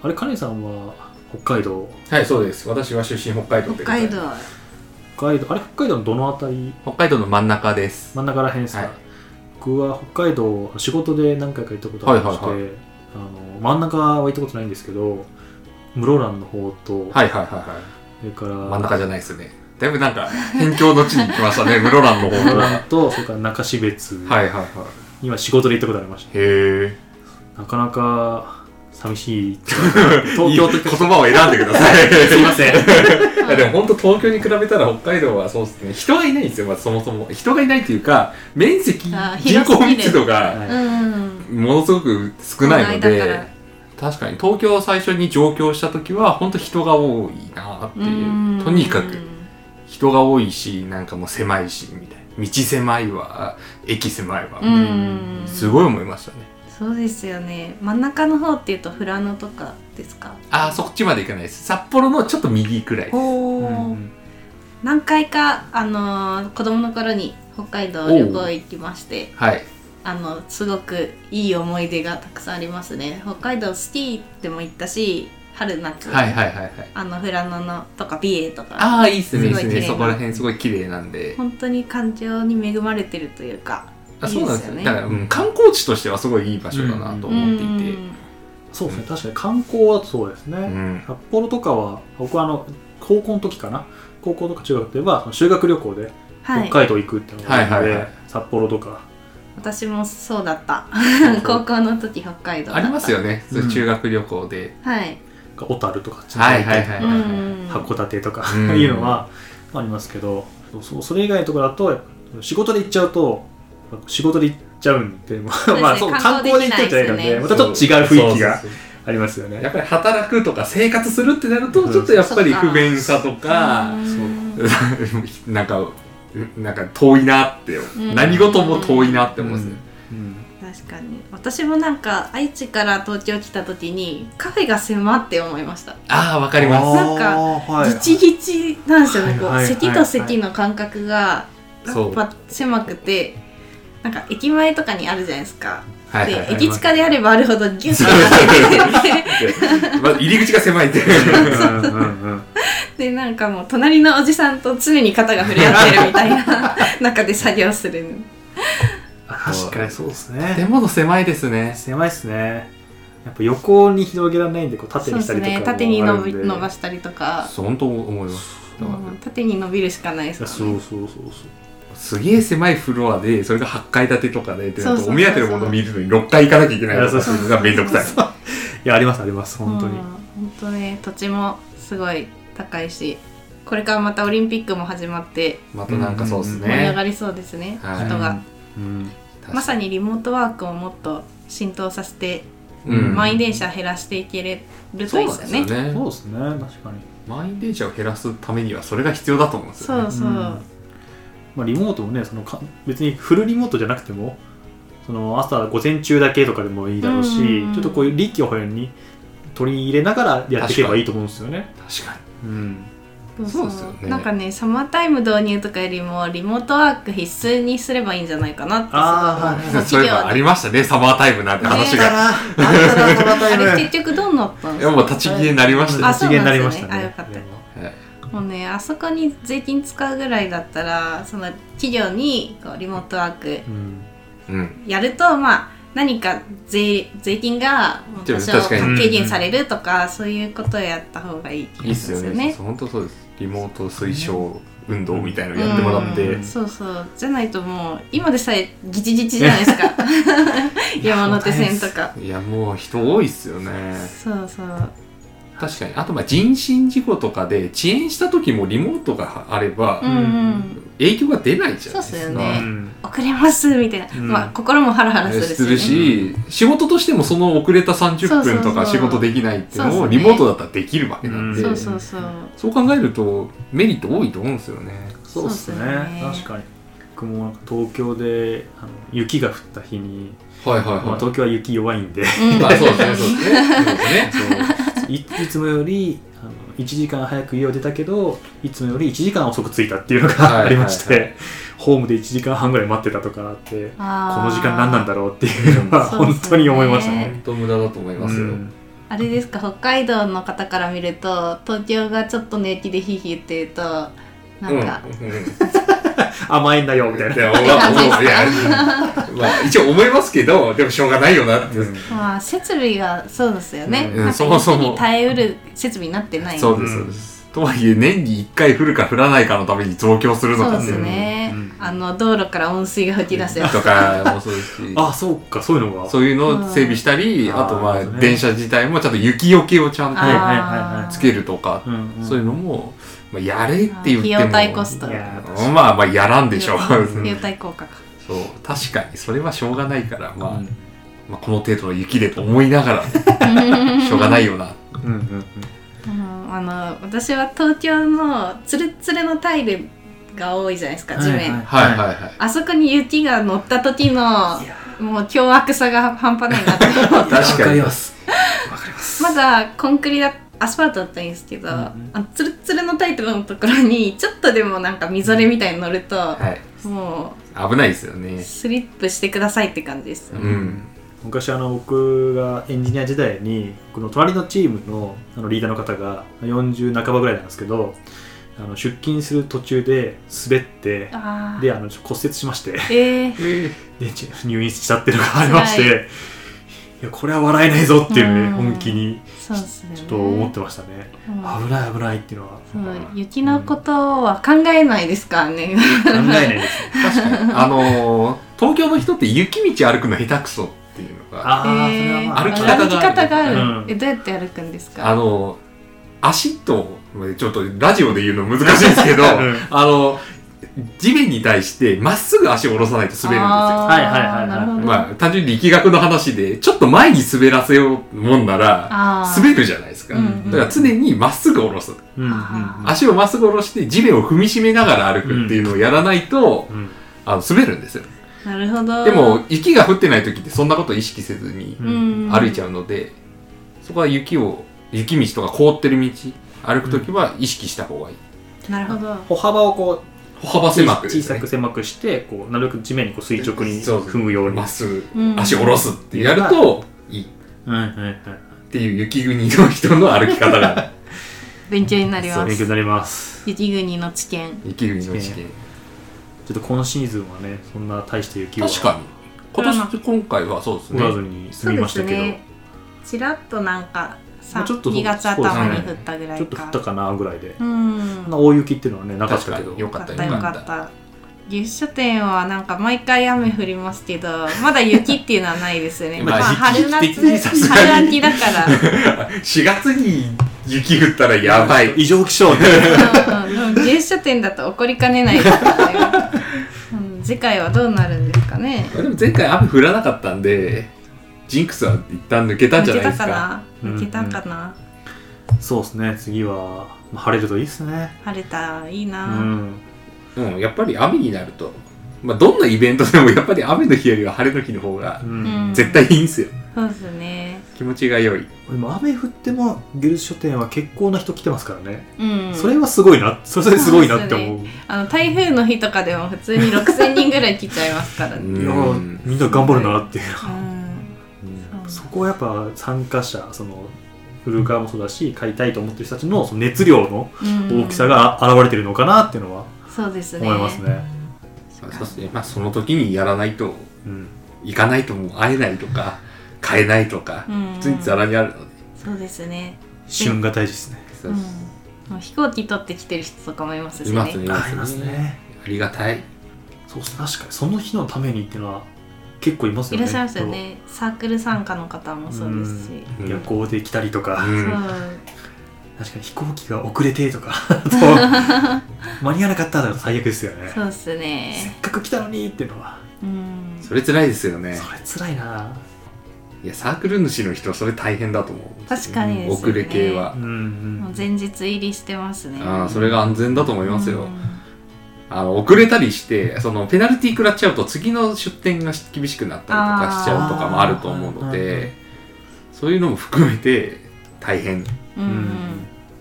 Speaker 1: あれカネさんは北海道
Speaker 2: はい、そうです。私は出身北海道
Speaker 3: うん
Speaker 2: で
Speaker 3: 北
Speaker 2: ござい
Speaker 3: 海
Speaker 2: ます
Speaker 3: 道
Speaker 1: 北海道あれ北海道のどの辺り
Speaker 2: 北海道の真ん中です。
Speaker 1: 真ん中らへんですか、
Speaker 2: はい
Speaker 1: 僕は北海道仕事で何回か行ったことありまして、
Speaker 2: はいはい
Speaker 1: あの真ん中は行ったことないんですけど室蘭の方と、
Speaker 2: はいはいはいは
Speaker 1: それから
Speaker 2: い。真ん中じゃないですね。だいぶなんか、辺境の地に来ま したね、室蘭の方
Speaker 1: 室
Speaker 2: が。は
Speaker 1: 蘭とそれから中標津
Speaker 2: いはいはい。
Speaker 1: には仕事で行ったことありました
Speaker 2: へえ。
Speaker 1: なかなか寂し い。
Speaker 2: 東
Speaker 1: 東
Speaker 2: 京
Speaker 1: 京
Speaker 2: と
Speaker 1: と
Speaker 2: 言葉を選んでください。
Speaker 1: すいません。
Speaker 2: いやでも本当東京に比べたら北海道はそうですね人がいないんですよまずそもそも人がいないというか面積
Speaker 3: あー
Speaker 2: 人
Speaker 3: 広すぎる
Speaker 2: 口密度が
Speaker 1: はい
Speaker 3: うん
Speaker 2: ものすごく少ないの
Speaker 3: 少ないだ
Speaker 2: で
Speaker 3: か
Speaker 2: 確かに東京を最初に上京した時は本当人が多いなっていうとにかく人が多いしなんかもう狭いしみたいな道狭いわ駅狭いわ、
Speaker 3: うん
Speaker 2: すごい思いましたね
Speaker 3: そうですよね真ん中の方っていうと富良野とかですか
Speaker 2: ああそっちまで行かないです札幌のちょっと右くらい
Speaker 3: お
Speaker 1: う
Speaker 3: お、
Speaker 1: ん
Speaker 3: 何回か、あのー子供の頃に北海道旅行行きまして
Speaker 2: はい
Speaker 3: あのすごくいい思い出がたくさんありますね北海道スキーでも行ったし春夏、
Speaker 2: はいはいはいはい
Speaker 3: あの富良野のとか美瑛とか
Speaker 2: ああいいっすねいいっす
Speaker 3: すごい綺
Speaker 2: ね
Speaker 3: 麗な
Speaker 2: そこら辺すごい綺麗なんで
Speaker 3: 本当に環境に恵まれてるというか
Speaker 2: あそうなんですよ
Speaker 3: いいです
Speaker 2: ね
Speaker 3: よね
Speaker 2: だから、うん、観光地としてはすごいいい場所だなと思っていて、
Speaker 3: うん
Speaker 1: そうですね、確かに観光はそうですね。
Speaker 2: うん
Speaker 1: 札幌とかは、僕はあの、高校の時かな。高校とか中学では、その修学旅行で
Speaker 3: は
Speaker 1: 北
Speaker 3: い
Speaker 1: 海道行くっていうのがあるので、
Speaker 2: はいはいはい
Speaker 1: 札幌とか。
Speaker 3: 私もそうだった高
Speaker 1: そう
Speaker 3: 校の時北海道だ
Speaker 2: あ
Speaker 3: った
Speaker 2: りますよね、そういう
Speaker 1: うん
Speaker 2: 中学旅行で、
Speaker 3: はい、
Speaker 1: 小樽とか、
Speaker 2: はいはいはい、
Speaker 3: う
Speaker 2: はい
Speaker 3: ん、
Speaker 1: 函館とか、
Speaker 2: うん
Speaker 1: いうのはありますけど、そうそれ以外のところだと仕事で行っちゃうと仕事で行っちゃうんで、まあ
Speaker 3: うですね
Speaker 1: まあそう観
Speaker 3: 観
Speaker 1: 光で行っ
Speaker 3: 光でき
Speaker 1: ち
Speaker 3: な
Speaker 1: ゃ
Speaker 3: い
Speaker 1: いけない
Speaker 3: で
Speaker 1: の
Speaker 3: す
Speaker 1: で
Speaker 3: ね
Speaker 1: またちょっと違う雰囲気
Speaker 2: そう
Speaker 1: が
Speaker 2: そうそ
Speaker 1: ありますよ
Speaker 2: うや
Speaker 1: ね
Speaker 2: っぱり働くとか生活するってなるとちょっとやっぱり不便さとか、
Speaker 3: うん
Speaker 2: う なんかなんか遠いなって、
Speaker 3: ん
Speaker 2: 何事も遠いなって思うんですね、
Speaker 1: うん
Speaker 3: 確かに私もなんか愛知から東京来た時にカフェが狭って思いました
Speaker 2: ああわかります
Speaker 3: なんか
Speaker 1: あーはい
Speaker 3: ギチギチなんですよね、
Speaker 1: はいはいはい
Speaker 3: こう席と席の間隔がや
Speaker 2: そ
Speaker 3: っ
Speaker 2: う
Speaker 3: ぱ狭くてなんか駅前とかにあるじゃないですか、
Speaker 2: はいはい
Speaker 3: で
Speaker 2: はい
Speaker 3: 駅近であればあるほどギュ ッとなってて
Speaker 2: でまず入り口が狭 いって
Speaker 1: うんうんうんうん
Speaker 3: でなんかもう隣のおじさんと常に肩が触れ合ってるみた いな中で作業する
Speaker 1: あ確かにそうです
Speaker 2: 建
Speaker 1: ね
Speaker 2: 物狭いですね
Speaker 1: 狭いですねやっぱ横に広げられないんでこう縦
Speaker 3: そう
Speaker 1: に
Speaker 3: で
Speaker 1: したり
Speaker 3: す
Speaker 1: とか
Speaker 3: ね縦に伸び
Speaker 1: もあるんで
Speaker 3: 伸ばしたりとか
Speaker 2: そう本当思いますだから
Speaker 3: もう縦に伸びるしかないです
Speaker 1: いや
Speaker 3: か
Speaker 1: そ
Speaker 3: らね
Speaker 1: うそうそうそう
Speaker 2: すげえ狭いフロアでそれが8階建てとかでってなると
Speaker 3: そうそうそうそう
Speaker 2: お目当てのものを見るのに6階行かなきゃいけないとか
Speaker 1: そう
Speaker 3: そうそう
Speaker 2: がめんどくさい
Speaker 3: そ
Speaker 1: いやありますあります本当に、
Speaker 3: うん本当ね土地もすごい高いしこれからまたオリンピックも始まって
Speaker 2: またなんかそうです
Speaker 1: うん
Speaker 3: 盛り上
Speaker 2: ね
Speaker 3: がりそうですね、
Speaker 2: はい
Speaker 3: 人が、
Speaker 1: うん
Speaker 3: まさにリモートワークをもっと浸透させて、
Speaker 2: うん
Speaker 3: 満員電車減らしていけれるといいですよね
Speaker 2: ね
Speaker 1: そうですね確かに
Speaker 2: 満員電車を減らすためにはそれが必要だと思うんです
Speaker 3: そ
Speaker 2: よ
Speaker 3: う
Speaker 2: ね
Speaker 3: そう、
Speaker 1: うんまあ、リモートもねそのか別にフルリモートじゃなくてもその朝午前中だけとかでもいいだろうし、
Speaker 3: うん
Speaker 1: ちょっとこういう臨機応変に取り入れながらやっていけ
Speaker 2: 確か
Speaker 1: ば
Speaker 2: に
Speaker 1: いいと思うんですよね。
Speaker 2: 確かに
Speaker 1: うん、
Speaker 3: そう
Speaker 2: そ
Speaker 3: そうう
Speaker 2: ですよね
Speaker 3: なんかねサマータイム導入とかよりもリモートワーク必須にすればいいんじゃないかなってすごい
Speaker 1: あーはい
Speaker 3: もう
Speaker 2: そういえばありましたねサマータイムなんて話が、
Speaker 1: な、あったな、
Speaker 3: あれ結局どうなった
Speaker 2: い
Speaker 3: んです
Speaker 2: や
Speaker 3: か
Speaker 2: もう立ち消えになりましたね
Speaker 3: あ
Speaker 1: 一元になりましたね。
Speaker 3: あよかった
Speaker 2: はい
Speaker 3: もうねあそこに税金使うぐらいだったらその企業にこうリモートワーク
Speaker 1: うん、
Speaker 2: うん
Speaker 3: やるとまあ何か税税金が多少
Speaker 2: 確かに
Speaker 3: 軽減されるとかそういうことをやった方がいい
Speaker 2: いいっすよねそう本当そうですリモート推奨運動みたいの
Speaker 3: うん
Speaker 2: やってもらって、
Speaker 1: ん
Speaker 3: そうそうじゃないともう今でさえギチギチじゃないです か山手線とか
Speaker 2: いやもう人多いっすよね
Speaker 3: そうそう
Speaker 2: 確かにあとまあ人身事故とかで遅延した時もリモートがあれば、
Speaker 3: うんうん
Speaker 2: 影響が出ないじゃないですか
Speaker 3: そうっすよ
Speaker 1: う
Speaker 3: ね
Speaker 1: ん
Speaker 3: 遅れますみたいな、
Speaker 1: うん
Speaker 3: まあ心もハラハラするし,、ね、
Speaker 2: するし、仕事としてもその遅れた
Speaker 3: そ
Speaker 2: 30
Speaker 3: うそうそ
Speaker 2: 分
Speaker 3: う
Speaker 2: とか仕事できないっていうの
Speaker 3: そう
Speaker 2: を
Speaker 3: っすね
Speaker 2: リモートだったらできるわけなんで、
Speaker 1: うん
Speaker 3: そうそうそう
Speaker 2: そう考えるとメリット多いと思うんですよね
Speaker 1: そうですね
Speaker 3: そうっすよね
Speaker 1: 確かに僕もなんか東京であの雪が降った日に、
Speaker 2: はいはい
Speaker 1: まあ、東京は雪弱いんで
Speaker 3: うん
Speaker 2: まあそうですねそうですねそうですね
Speaker 1: いい つもよりあの1時間早く家を出たけどいつもより1時間遅く着いたっていうの
Speaker 2: はい
Speaker 1: がありまして、ホームで1時間半ぐらい待ってたとかあってこ
Speaker 3: あー
Speaker 1: の時間何なんだろうっていうのは
Speaker 3: そうです
Speaker 1: 本
Speaker 3: ね
Speaker 1: 当に思いましたね。
Speaker 2: 本当無駄だと思いますよ、
Speaker 1: うん
Speaker 3: あれですか北海道の方から見ると東京がちょっと寝息でヒーヒーって言うとなんか、
Speaker 2: うんうん
Speaker 1: 甘いんだよみたい
Speaker 2: い
Speaker 1: な。
Speaker 2: や、俺は思ういや、まあ、一応思いますけど、でもしょうがないよなって。
Speaker 3: まあ設備がそうですよね、
Speaker 2: うん
Speaker 3: なんか
Speaker 2: そもそも
Speaker 3: 雪に耐えうる設備になってない
Speaker 2: そうです、そうです。とはいえ年に1回降るか降らないかのために増強するの
Speaker 3: そう
Speaker 2: か
Speaker 3: で
Speaker 2: ね
Speaker 3: すね、
Speaker 1: うん
Speaker 3: あの道路から温水が噴き出すやつ
Speaker 2: とかもそうですし
Speaker 1: あそうかそういうのが
Speaker 2: そういうのを整備したり、
Speaker 1: うん
Speaker 2: あとま
Speaker 1: あーそ
Speaker 2: あ
Speaker 1: うですね
Speaker 2: 電車自体もちゃんと雪よけをちゃん
Speaker 1: はいはい
Speaker 2: と
Speaker 1: はいは
Speaker 3: あー
Speaker 1: い
Speaker 2: つけるとか、
Speaker 1: うんうん
Speaker 2: そういうのも、まあ、やれって言っても
Speaker 3: 費用対コスト
Speaker 1: いやー
Speaker 2: うんまあまあやらんでしょう
Speaker 1: ん
Speaker 3: 流体効果か
Speaker 2: そう確かにそれはしょうがないから、まあ
Speaker 1: うん
Speaker 2: まあ、この程度の雪でと思いながらしょうがないよな
Speaker 1: うんうんうん
Speaker 3: うんあの私は東京のツルッツルのタイルが多いじゃないですか地面、
Speaker 2: はいはいはい
Speaker 3: あそこに雪が乗った時の
Speaker 1: いや
Speaker 3: もう凶悪さが半端ないなって思 って
Speaker 2: 確
Speaker 1: わ
Speaker 2: か
Speaker 1: か
Speaker 2: に
Speaker 1: りますわかります
Speaker 3: まだコンクリだアスファルトだったらいいんですけど、
Speaker 1: うんうん
Speaker 3: あのツルッツルのタイルのところにちょっとでもなんかみぞれみたいに乗ると、
Speaker 2: はい
Speaker 3: も
Speaker 2: 危ないですよ
Speaker 3: う
Speaker 2: ね
Speaker 3: スリップしてくださいって感じです
Speaker 2: う
Speaker 1: うんん昔あの僕がエンジニア時代にこの隣のチームのあのリーダーの方が40半ばぐらいなんですけどあの出勤する途中で滑って
Speaker 3: あ
Speaker 1: であのちょっと骨折しまして
Speaker 3: ーえー
Speaker 2: え
Speaker 1: でち入院したっていうのがありまして、
Speaker 3: 辛
Speaker 1: い、やこれは笑えないぞっていうね、
Speaker 3: うん
Speaker 1: 本気に
Speaker 3: そうですね
Speaker 1: ちょっと思ってましたね、
Speaker 3: うん
Speaker 1: 危ない危ないっていうのは
Speaker 3: そう雪のことは考えないですからね、
Speaker 1: 考えない ですね
Speaker 2: 確かにあのー東京の人って雪道歩くの下手くそっていうのがあ
Speaker 1: ああ、それはまあ
Speaker 2: 歩
Speaker 1: 歩
Speaker 2: き
Speaker 1: き
Speaker 2: 方があ
Speaker 1: 方
Speaker 2: る
Speaker 3: 歩き方がある、
Speaker 1: うん
Speaker 3: えどうやって歩くんですか
Speaker 2: のー足とちょっとラジオで言うの難しいんですけど
Speaker 1: うん
Speaker 2: あの地面に対してまっすぐ足を下ろさないと滑るんですよ
Speaker 3: あー
Speaker 1: はいはいはいはい
Speaker 3: なるほど、
Speaker 2: まあ、単純に力学の話で、ちょっと前に滑らせようもんなら、
Speaker 3: あー
Speaker 2: 滑るじゃないですか。
Speaker 3: うんうん
Speaker 2: だから常にまっすぐ下ろす。
Speaker 1: うんうんうん
Speaker 2: 足をまっすぐ下ろして、地面を踏みしめながら歩くっていうのをやらないと、
Speaker 1: うん
Speaker 2: あの滑るんですよ。
Speaker 3: なるほど
Speaker 2: でも、雪が降ってない時ってそんなこと意識せずに
Speaker 1: う
Speaker 3: うん
Speaker 2: 歩いちゃうので、そこは雪を、雪道とか凍ってる道、歩く時は意識した方がいい。
Speaker 3: なるほど
Speaker 1: 歩幅をこ
Speaker 2: 歩幅
Speaker 1: う
Speaker 2: 狭くで
Speaker 1: 小
Speaker 2: す
Speaker 1: さ
Speaker 2: ね
Speaker 1: く。狭くしてこうなるべく地面にこう垂直に
Speaker 2: そう
Speaker 1: 踏むように
Speaker 2: まっすぐ
Speaker 3: うん
Speaker 2: 足を下ろすってやると、いいっ
Speaker 1: うんうんうん
Speaker 2: ていう雪国の人の歩き方がある。
Speaker 3: 勉強になり
Speaker 1: そう
Speaker 3: ま
Speaker 1: 勉強
Speaker 3: す
Speaker 1: になります
Speaker 3: 雪国の知見
Speaker 2: 雪国の知見
Speaker 1: ちょっと今シーズンはねそんな大して雪は
Speaker 2: 確かに今年と今回はそうです
Speaker 1: 降
Speaker 2: ね
Speaker 1: らずに済みましたけど、
Speaker 3: ちらっとなんかさ
Speaker 1: まあちょっとそう
Speaker 3: 2月頭に降ったぐら
Speaker 1: ちょ
Speaker 3: い
Speaker 1: っと降
Speaker 3: か
Speaker 1: ったかなぐらいで、
Speaker 3: うん
Speaker 1: そんな大雪っていうのはねなかっ
Speaker 2: 確
Speaker 1: た
Speaker 2: か
Speaker 1: けど
Speaker 2: によ
Speaker 3: よ
Speaker 2: か
Speaker 3: か
Speaker 2: っ
Speaker 3: ったた
Speaker 2: よ
Speaker 3: よ
Speaker 2: か
Speaker 3: か
Speaker 2: っ
Speaker 3: ったた岐阜書店はなんか毎回雨降りますけど まだ雪っていうのはないですよね
Speaker 2: ま
Speaker 3: ま
Speaker 2: あ
Speaker 3: あ
Speaker 2: 時期
Speaker 3: 春
Speaker 2: 的にさす
Speaker 3: 夏
Speaker 2: がに
Speaker 3: 春秋だから
Speaker 2: 4月に雪降ったらやばい
Speaker 1: 異常気象ね
Speaker 3: うんうんでも芸者店だと起こりかねないですからね、うん、次回はどうなるんですかね
Speaker 2: でも前回雨降らなかったんでジンクスは一旦抜けたんじゃないです
Speaker 3: 抜
Speaker 2: か
Speaker 3: けたかな
Speaker 1: うん
Speaker 3: 抜けたかな、
Speaker 1: そうですね次はまあ晴れるといいですね
Speaker 3: 晴れたらいいうな、
Speaker 1: ん
Speaker 2: うんやっぱり雨になるとまあどんなイベントでもやっぱり雨の日よりは晴れの日の方が
Speaker 1: うん
Speaker 2: 絶対いいんですよ
Speaker 3: そうですね
Speaker 2: 気持ちが良い
Speaker 1: でも雨降ってもギルス書店は結構な人来てますからね、
Speaker 3: うん
Speaker 1: それはすごいなそれすごいなって思う
Speaker 3: あの台風の日とかでも普通に6000人ぐらい来ちゃいますから ね、
Speaker 2: うん
Speaker 1: いやーみんな頑張るなっていう
Speaker 3: うん、
Speaker 1: うんそこはやっぱ参加者その売る側もそうだし買いたいと思ってる人たちのその熱量の
Speaker 3: うん
Speaker 1: 大きさが現れてるのかなっていうのは
Speaker 3: そうですね
Speaker 1: 思いますね、
Speaker 2: まあそうですねまあその時にやらないと
Speaker 1: うん、
Speaker 2: 行かないともう会えないとか買えないとか
Speaker 3: うん
Speaker 2: 普通にザラにあるので
Speaker 3: そうですね、
Speaker 1: 旬が大事ですね
Speaker 2: そ
Speaker 3: うん
Speaker 2: うです、
Speaker 3: もう飛行機取ってきてる人とかもいますし
Speaker 2: い
Speaker 3: ね
Speaker 2: ますね。
Speaker 1: ありますね
Speaker 2: ありがたい。
Speaker 1: そうっす確かにその日のためにっていうのは結構います
Speaker 3: い
Speaker 1: よね
Speaker 3: らっしゃいますよねサークル参加の方もそうですし、
Speaker 1: うん夜行で来たりとか、
Speaker 2: うん
Speaker 3: そう
Speaker 1: 確かに飛行機が遅れて とかあと間に合わなかったら最悪ですよね
Speaker 3: そうです
Speaker 1: せっ
Speaker 3: ね。
Speaker 1: かく来たのにっていうのは
Speaker 3: うん。
Speaker 2: それ辛いですよね
Speaker 1: そ。れ辛いない
Speaker 2: や、サークル主の人はそれ大変だと思う。
Speaker 3: 確かにですよね
Speaker 2: 遅れ系は
Speaker 1: う。ん
Speaker 3: も
Speaker 1: う
Speaker 3: うん前日入りしてますね。
Speaker 2: ああ、それが安全だと思いますよ。
Speaker 3: うん
Speaker 2: あの、遅れたりして、その、ペナルティ食らっちゃうと次の出店が厳しくなったりとかしちゃうとかもあると思うの
Speaker 1: あーはいはいは
Speaker 2: で
Speaker 1: い、
Speaker 2: そういうのも含めて大変。
Speaker 3: うんうん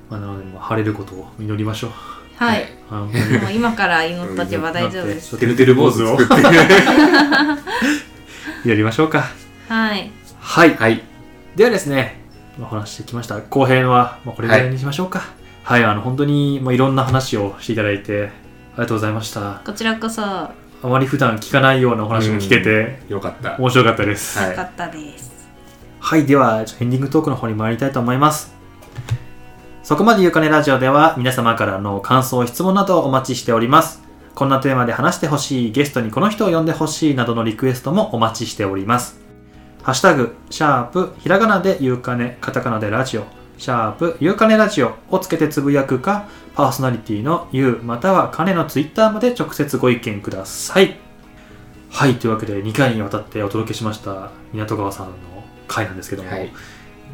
Speaker 1: まあ、なのでもう晴れることを祈りましょう
Speaker 3: はい。。
Speaker 1: あの
Speaker 3: もう今から祈っとけば大丈 夫です。
Speaker 1: てるてる坊主を
Speaker 2: 作って。
Speaker 1: やりましょうか
Speaker 3: はい。
Speaker 1: はい
Speaker 2: はい。
Speaker 1: ではですねまあお話ししてきました後編はまあこれぐらいにしましょうかはい、あの本当にまあいろんな話をしていただいてありがとうございました
Speaker 3: こちらこそ良か
Speaker 1: あまり普段聞かないようなお話も聞けて
Speaker 2: よかった。
Speaker 1: 面白かったです
Speaker 2: はい
Speaker 3: ったです。
Speaker 1: はい、では、ちょエンディングトークの方に参りたいと思います。そこまで言うかねラジオでは皆様からの感想、質問などをお待ちしております。こんなテーマで話してほしい、ゲストにこの人を呼んでほしいなどのリクエストもお待ちしております。ハッシュタグ、シャープ、ひらがなで言うかね、カタカナでラジオ、シャープ、ゆうかねラジオをつけてつぶやくか、パーソナリティのゆうまたはかねのツイッターまで直接ご意見ください。はい、というわけで2回にわたってお届けしました港川さんの回なんですけども、
Speaker 2: はい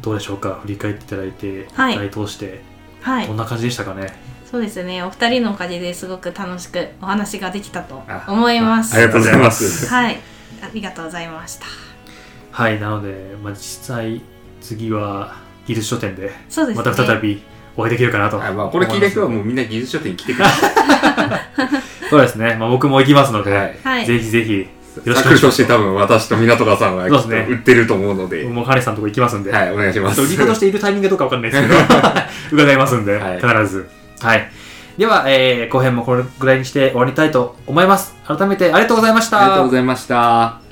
Speaker 1: どうでしょうか振り返っていただいて、
Speaker 3: はい
Speaker 1: 一回通して
Speaker 3: はい
Speaker 1: どんな感じでしたかね、
Speaker 3: そうですねお二人のおかげですごく楽しくお話ができたと
Speaker 2: あ
Speaker 3: 思います
Speaker 2: ありがとうございます。
Speaker 3: はいありがとうございました
Speaker 1: はい、なので、まあ、実際次は技術書店で
Speaker 3: そうです
Speaker 1: ま
Speaker 3: ね
Speaker 1: た再びお会いできるかなと
Speaker 2: あまあ、これ聞いた人はもうみんな技術書店に来てくださ
Speaker 1: そうですね、まあ、僕も行きますので、
Speaker 2: はい
Speaker 3: はい
Speaker 1: ぜひぜひ
Speaker 2: い。サクッとして多分私と港川さんはきっ
Speaker 1: そ
Speaker 2: と
Speaker 1: うですね
Speaker 2: 売ってると思うので、
Speaker 1: 僕もカネさんのとこ行きますんで、
Speaker 2: はい、お願いしま
Speaker 1: ち
Speaker 2: す。
Speaker 1: ょっと売り子としているタイミングどうかわかんないですけ ど伺い ますんで、
Speaker 2: はい
Speaker 1: 必ずはいでは、えー後編もこれぐらいにして終わりたいと思います改めてありがとうございました
Speaker 2: ありがとうございました。